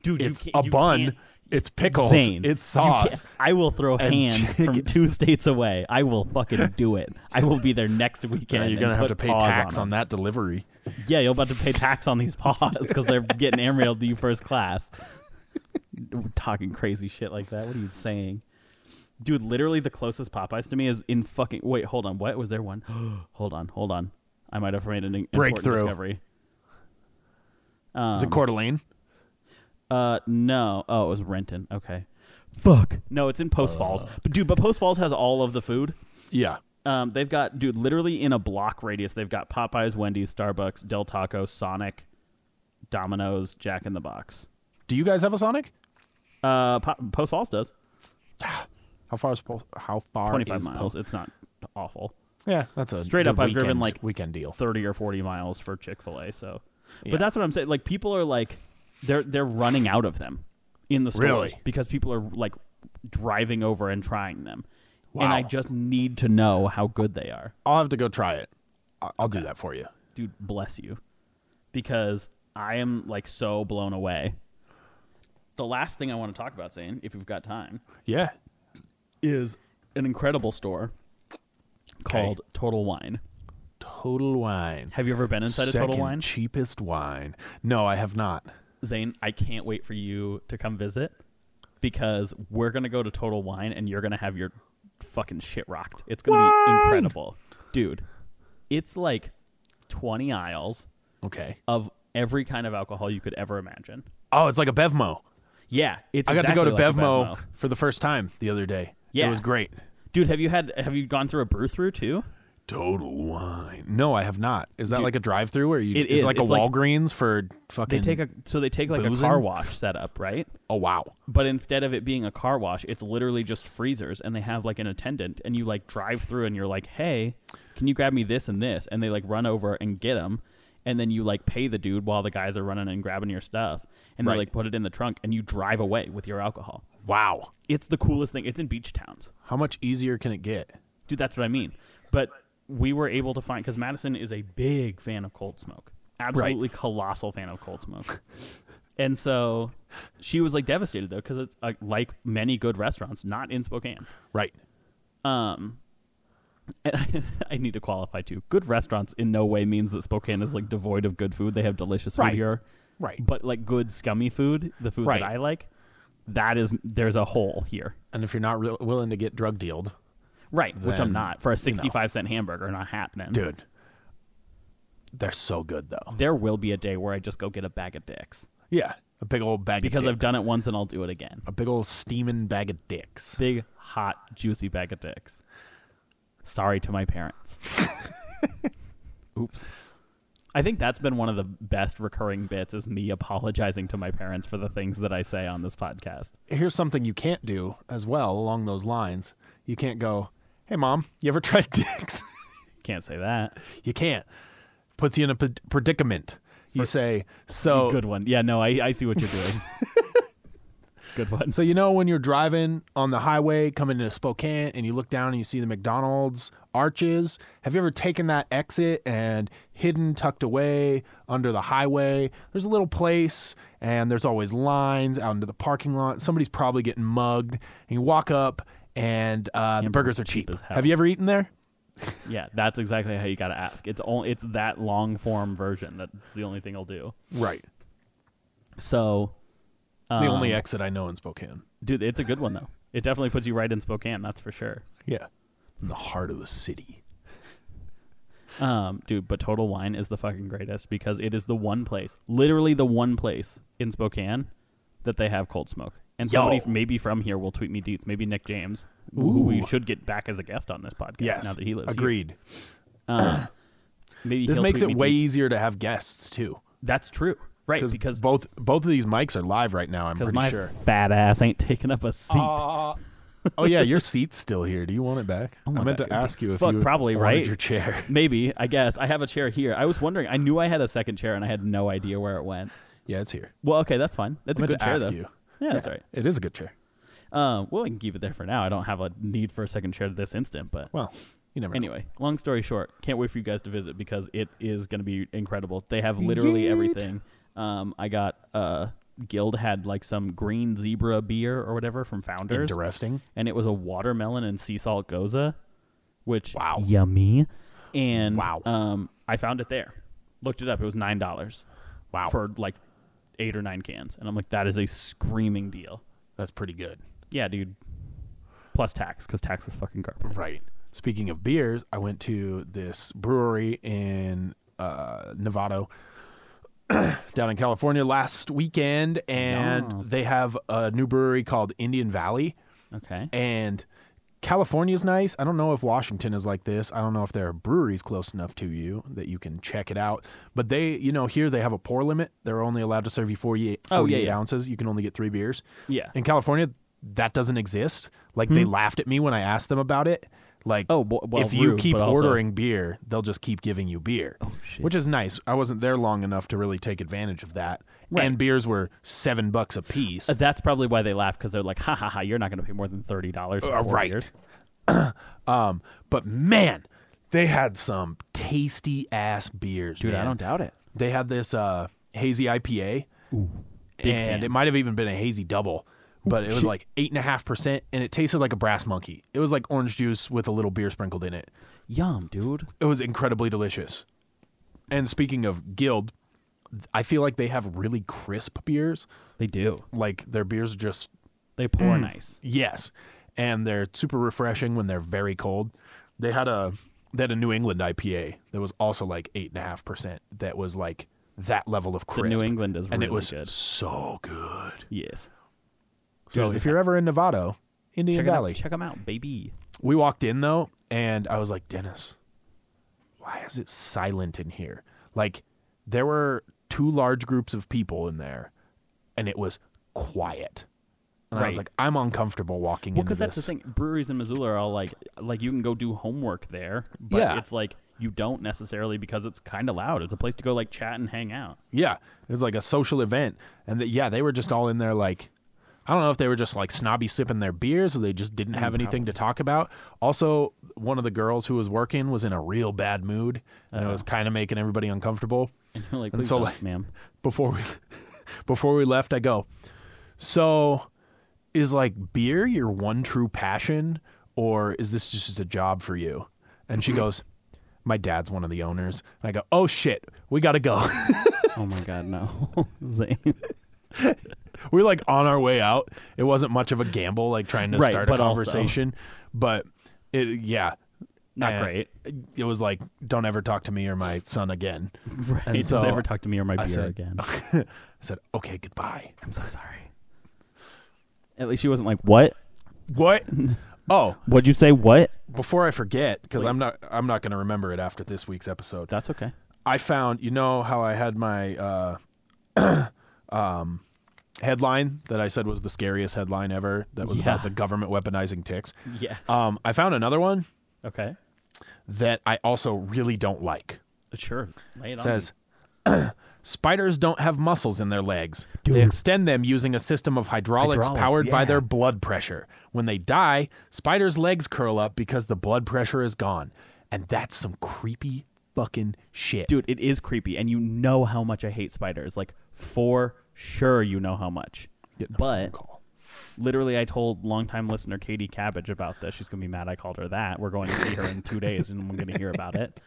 A: Dude, you
B: It's
A: can't-
B: a
A: you
B: bun.
A: can't-
B: It's pickles.
A: Zane,
B: It's
A: you can't-
B: sauce.
A: I will throw
B: and
A: hands from
B: chicken.
A: two states away. I will fucking do it. I will be there next
B: Yeah,
A: weekend.
B: you're gonna
A: and
B: have to
A: put
B: pay
A: paws
B: tax
A: on,
B: on, that delivery.
A: them. Yeah, you're about to pay tax on these paws because they're getting air mailed to you first class. Talking crazy shit like that. What are you saying? Dude, literally the closest Popeyes to me is in fucking. Wait, hold on. What was there one? hold on, hold on. I might have made an important
B: Breakthrough.
A: discovery.
B: Is it Coeur d'Alene?
A: Uh, no. Oh, it was Renton. Okay. Fuck. No, it's in Post Falls. But dude, but Post Falls has all of the food.
B: Yeah.
A: Um, they've got dude literally in a block radius. They've got Popeyes, Wendy's, Starbucks, Del Taco, Sonic, Domino's, Jack in the Box.
B: Do you guys have a Sonic?
A: Uh, po- Post Falls does
B: How far is Pol- how far?
A: twenty five
B: is
A: miles. It's not awful.
B: Pol- yeah, that's a
A: Straight
B: good
A: up, I've
B: weekend-
A: driven, like,
B: weekend deal.
A: thirty or forty miles for Chick fil A. So,
B: Yeah.
A: but that's what I'm saying. Like people are like, they're they're running out of them in the stores
B: Really?
A: because people are like driving over and trying them. And
B: Wow.
A: I just need to know how good they are,
B: I'll have to go try it. I- I'll do that for you.
A: dude. Bless you, because I am like so blown away. The last thing I want to talk about, Zane, if we've got time,
B: Yeah.
A: is an incredible store called Total Wine.
B: Total Wine.
A: Have you ever been inside a Total
B: Second
A: Wine?
B: cheapest wine. No, I have not.
A: Zane, I can't wait for you to come visit because we're gonna go to Total Wine and you're gonna have your fucking shit rocked. It's gonna be incredible, dude. It's like twenty aisles
B: Okay.
A: of every kind of alcohol you could ever imagine.
B: Oh, it's like a Bevmo.
A: Yeah, it's.
B: I got
A: exactly
B: to go to
A: like a
B: Bevmo, for the first time the other day.
A: Yeah.
B: It was great.
A: dude. Have you had? Have you gone through a brew through too?
B: Total wine. No, I have not. Is that like a drive through or you
A: It
B: it's
A: is.
B: like a
A: It's like-
B: Walgreens for
A: They
B: fucking
A: take a so they take like
B: boozing?
A: a car wash setup, right?
B: Oh wow.
A: but instead of it being a car wash, it's literally just freezers, and they have like an attendant, and you like drive through, and you're like, "Hey, can you grab me this and this?" And they like run over and get them, and then you like pay the dude while the guys are running and grabbing your stuff, and
B: Right.
A: they like put it in the trunk, and you drive away with your alcohol.
B: Wow.
A: It's the coolest thing. It's in beach towns,
B: How much easier can it get?
A: dude. That's what I mean. But we were able to find because Madison is a big fan of Cold Smoke, absolutely colossal fan of Cold Smoke, and so she was like devastated though because it's uh, like many good restaurants, not in Spokane.
B: Right.
A: Um, and I, I need to qualify too. Good restaurants in no way means that Spokane is like devoid of good food. They have delicious food
B: Right.
A: here,
B: Right.
A: but like good scummy food, the food
B: Right.
A: that I like, that is there's a hole here.
B: And if you're not re- willing to get drug dealed,
A: Right, which I'm
B: Then,
A: not for a 65 cent hamburger, not happening.
B: dude, they're so good though.
A: there will be a day where I just go get a bag of dicks
B: Yeah, a big old bag
A: because
B: of
A: I've
B: dicks.
A: done it once and I'll do it again.
B: a big old steaming bag of dicks.
A: Big, hot, juicy bag of dicks. Sorry to my parents. Oops. I think that's been one of the best recurring bits is me apologizing to my parents for the things that I say on this podcast.
B: Here's something you can't do as well along those lines. You can't go, "Hey mom, you ever tried dicks?"
A: Can't say that.
B: you can't. Puts you in a p- predicament. you say, "So
A: Good one. Yeah, no, I, I see what you're doing. Good one.
B: So you know when you're driving on the highway coming to Spokane and you look down and you see the McDonald's arches, have you ever taken that exit and hidden tucked away under the highway? There's a little place and there's always lines out into the parking lot. Somebody's probably getting mugged and you walk up and uh, the burgers are cheap.
A: cheap as hell.
B: have you ever eaten there?
A: Yeah, that's exactly how you got to ask. It's only it's that long form version that's the only thing I'll do.
B: Right. It's
A: So,
B: the only
A: Um,
B: exit I know in Spokane.
A: dude, it's a good one though. It definitely puts you right in Spokane, that's for sure.
B: Yeah. In the heart of the city.
A: Um, dude, but Total Wine is the fucking greatest because it is the one place, literally the one place in Spokane that they have cold smoke. And
B: Yo.
A: somebody f- maybe from here will tweet me deets, maybe Nick James, who we
B: Ooh.
A: should get back as a guest on this podcast now that he lives here.
B: Agreed.
A: Um, maybe
B: This
A: he'll
B: makes
A: tweet
B: it
A: me
B: way
A: deets.
B: easier to have guests too.
A: That's true. Right, because
B: both both of these mics are live right now. I'm
A: because
B: pretty
A: my
B: sure.
A: fat ass ain't taking up a seat.
B: oh yeah, your seat's still here. Do you want it back? I
A: want
B: meant
A: that
B: to ask you if
A: Fuck,
B: you
A: probably,
B: wanted
A: right?
B: your chair.
A: Maybe, I guess. I have a chair here. I was wondering. I knew I had a second chair and I had no idea where it went.
B: Yeah, it's here.
A: Well, okay, that's fine. That's
B: I
A: a
B: meant
A: good
B: to
A: chair
B: ask
A: though.
B: you.
A: Yeah, that's all right.
B: It is a good chair.
A: Um, well, I can keep it there for now. I don't have a need for a second chair at this instant, but
B: Well, you never. know.
A: anyway, long story short, can't wait for you guys to visit because it is going to be incredible. They have literally
B: Yeet.
A: everything. Um, I got uh, Guild had like some green zebra beer or whatever from Founders,
B: Interesting.
A: and it was a watermelon and sea salt goza, which
B: Wow.
A: yummy. And
B: Wow.
A: um, I found it there. Looked it up. It was nine dollars.
B: Wow.
A: for like eight or nine cans, and I'm like, that is a screaming deal.
B: That's pretty good.
A: Yeah, dude. Plus tax, because tax is fucking garbage.
B: Right. Speaking of beers, I went to this brewery in uh, Novato, down in California last weekend, and
A: Yes.
B: they have a new brewery called Indian Valley.
A: Okay.
B: and California's nice. I don't know if Washington is like this. I don't know if there are breweries close enough to you that you can check it out. But they, you know, here they have a pour limit. They're only allowed to serve you 48,
A: Oh, yeah,
B: 48
A: yeah.
B: ounces. You can only get three beers.
A: Yeah.
B: In California, that doesn't exist. Like they laughed at me when I asked them about it. Like,
A: Hmm. Oh, bo- well,
B: if you
A: rude,
B: keep
A: but also- Oh,
B: ordering beer, they'll just keep giving you beer,
A: shit.
B: which is nice. I wasn't there long enough to really take advantage of that.
A: Right.
B: And beers were seven bucks a piece.
A: Uh, That's probably why they laugh because they're like, ha ha ha, you're not going to pay more than thirty dollars.
B: Uh, right. Um, but man, they had some tasty ass beers,
A: dude. I
B: man.
A: don't doubt it.
B: They had this uh, hazy IPA, and
A: fan.
B: it might have even been a hazy double, but it was like eight and a half percent, and it tasted like a brass monkey. It was like orange juice with a little beer sprinkled in it.
A: Yum, dude.
B: It was incredibly delicious. And speaking of Guild, I feel like they have really crisp beers.
A: They do.
B: Like their beers are just
A: They
B: Mm.
A: pour nice.
B: Yes, and they're super refreshing when they're very cold. They had a they had a New England IPA that was also like eight and a half percent. That was like that level of crisp.
A: New England is
B: and it
A: really
B: was
A: good.
B: so good.
A: Yes.
B: So
A: Here's
B: if
A: the
B: you're ever in Novato, Indian
A: Check, it
B: Valley,
A: out. Check them out, baby.
B: we walked in though, and I was like, Dennis, why is it silent in here? Like there were two large groups of people in there, and it was quiet. And I was
A: Right.
B: like, I'm uncomfortable walking
A: Well,
B: into
A: because
B: this.
A: that's the thing. Breweries in Missoula are all like, like you can go do homework there, but
B: Yeah.
A: it's like you don't necessarily because it's kind of loud. It's a place to go like chat and hang out.
B: Yeah, it was like a social event, and that yeah, they were just all in there like, I don't know if they were just like snobby sipping their beers or they just didn't have anything to talk about. Also, one of the girls who was working was in a real bad mood and it was kind of making everybody uncomfortable.
A: You're like,
B: And
A: "Please
B: so,
A: don't,
B: like-
A: ma'am.
B: Before we before we left, I go, "So is like beer your one true passion or is this just a job for you?" And she goes, "My dad's one of the owners." And I go, "Oh shit, we got to go."
A: Oh my god, no. Zane.
B: we were like on our way out. It wasn't much of a gamble, like trying to
A: Right,
B: start a
A: but also-
B: conversation. But it, yeah,
A: Not
B: And
A: great.
B: It was like, don't ever talk to me or my son again.
A: Right.
B: And so
A: never talk to me or my
B: I
A: beer
B: said-
A: again.
B: I said, okay, goodbye.
A: I'm so sorry. At least she wasn't like, "What?
B: What? oh,
A: What'd you say? What?"
B: before I forget, because I'm
A: Please.
B: not, I'm not going to remember it after this week's episode.
A: That's okay.
B: I found, you know, how I had my uh, um, headline that I said was the scariest headline ever. That was
A: Yeah.
B: about the government weaponizing ticks.
A: Yes.
B: Um, I found another one
A: okay.
B: that I also really don't like.
A: Sure. Lay it on
B: says
A: me.
B: spiders don't have muscles in their legs. They
A: Dude.
B: extend them using a system of hydraulics,
A: Hydraulics,
B: powered by
A: yeah.
B: their blood pressure. When they die, spiders' legs curl up because the blood pressure is gone. And that's some creepy fucking shit.
A: dude, it is creepy, and you know how much I hate spiders. Like for sure, you know how much.
B: Getting a phone
A: But
B: call.
A: literally, I told longtime listener Katie Cabbage about this. She's gonna be mad I called her that. We're going to see her in two days, and we're gonna hear about it.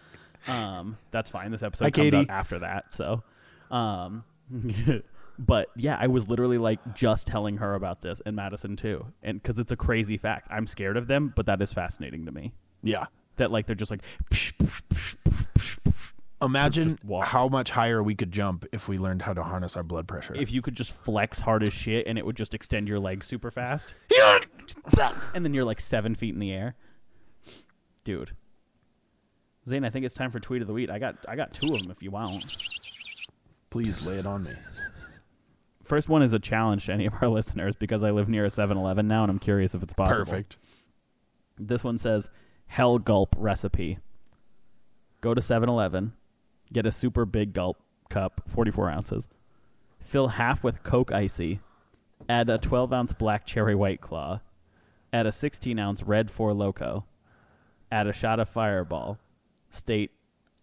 A: Um, that's fine. This episode
B: Hi,
A: comes
B: Katie.
A: out after that, so. Um, but yeah, I was literally like just telling her about this, and Madison too, and because it's a crazy fact. I'm scared of them, but that is fascinating to me.
B: yeah.
A: That like they're just like
B: Imagine
A: just walk.
B: how much higher we could jump if we learned how to harness our blood pressure.
A: if you could just flex hard as shit and it would just extend your legs super fast. and then you're like seven feet in the air. Dude. Zane, I think it's time for tweet of the week. I got I got two of them if you want.
B: Please lay it on me.
A: First one is a challenge to any of our listeners because I live near a 7-Eleven now and I'm curious if it's possible.
B: Perfect.
A: This one says hell gulp recipe. Go to 7-Eleven, get a super big gulp cup, 44 ounces. Fill half with Coke Icy. Add a 12 ounce black cherry white claw. Add a 16 ounce red four loco. Add a shot of fireball. State,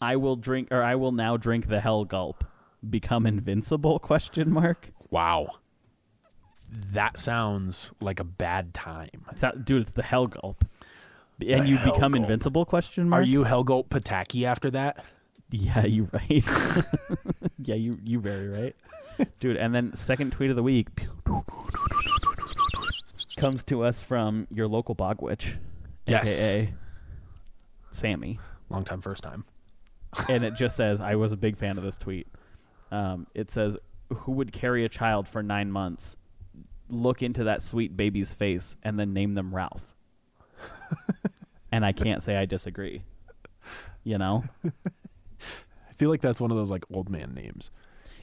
A: I will drink or I will now drink the hell gulp. Become invincible? Question mark.
B: Wow. That sounds like a bad time.
A: It's not, dude, it's the hell gulp. And
B: The
A: you
B: hell
A: become
B: gulp.
A: invincible? Question mark.
B: Are you Helgolt Pataki after that?
A: Yeah, you right. yeah, you you very right, dude. And then second tweet of the week comes to us from your local bog witch,
B: Yes.
A: aka Sammy,
B: Long time, first time.
A: and it just says, "I was a big fan of this tweet." Um, it says, "Who would carry a child for nine months? Look into that sweet baby's face and then name them Ralph." and I can't say I disagree. You know.
B: I feel like that's one of those like old man names.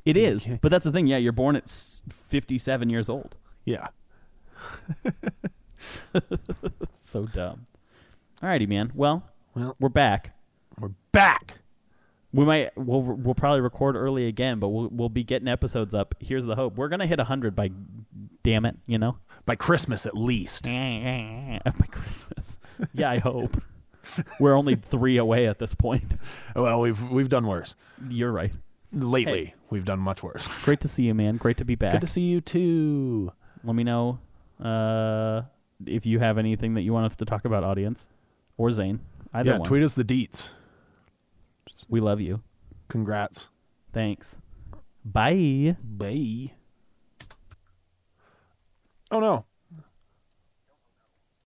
A: It is,
B: can't-
A: but that's the thing. Yeah, you're born at s- 57 years old.
B: Yeah.
A: So dumb. Alrighty, man. Well,
B: Well,
A: we're back.
B: we're back.
A: We might we'll we'll probably record early again, but we'll we'll be getting episodes up. Here's the hope: we're gonna hit 100 by, damn it, you know,
B: By Christmas at least.
A: by Christmas. Yeah, I hope. we're only three away at this point.
B: Well, we've we've done worse.
A: You're right.
B: Lately, we've done much worse.
A: Great to see you, man. Great to be back.
B: Good to see you too.
A: Let me know uh, if you have anything that you want us to talk about, audience or Zane. Either
B: yeah,
A: one.
B: tweet us the deets.
A: We love you.
B: Congrats.
A: Thanks. Bye.
B: Bye. Oh no.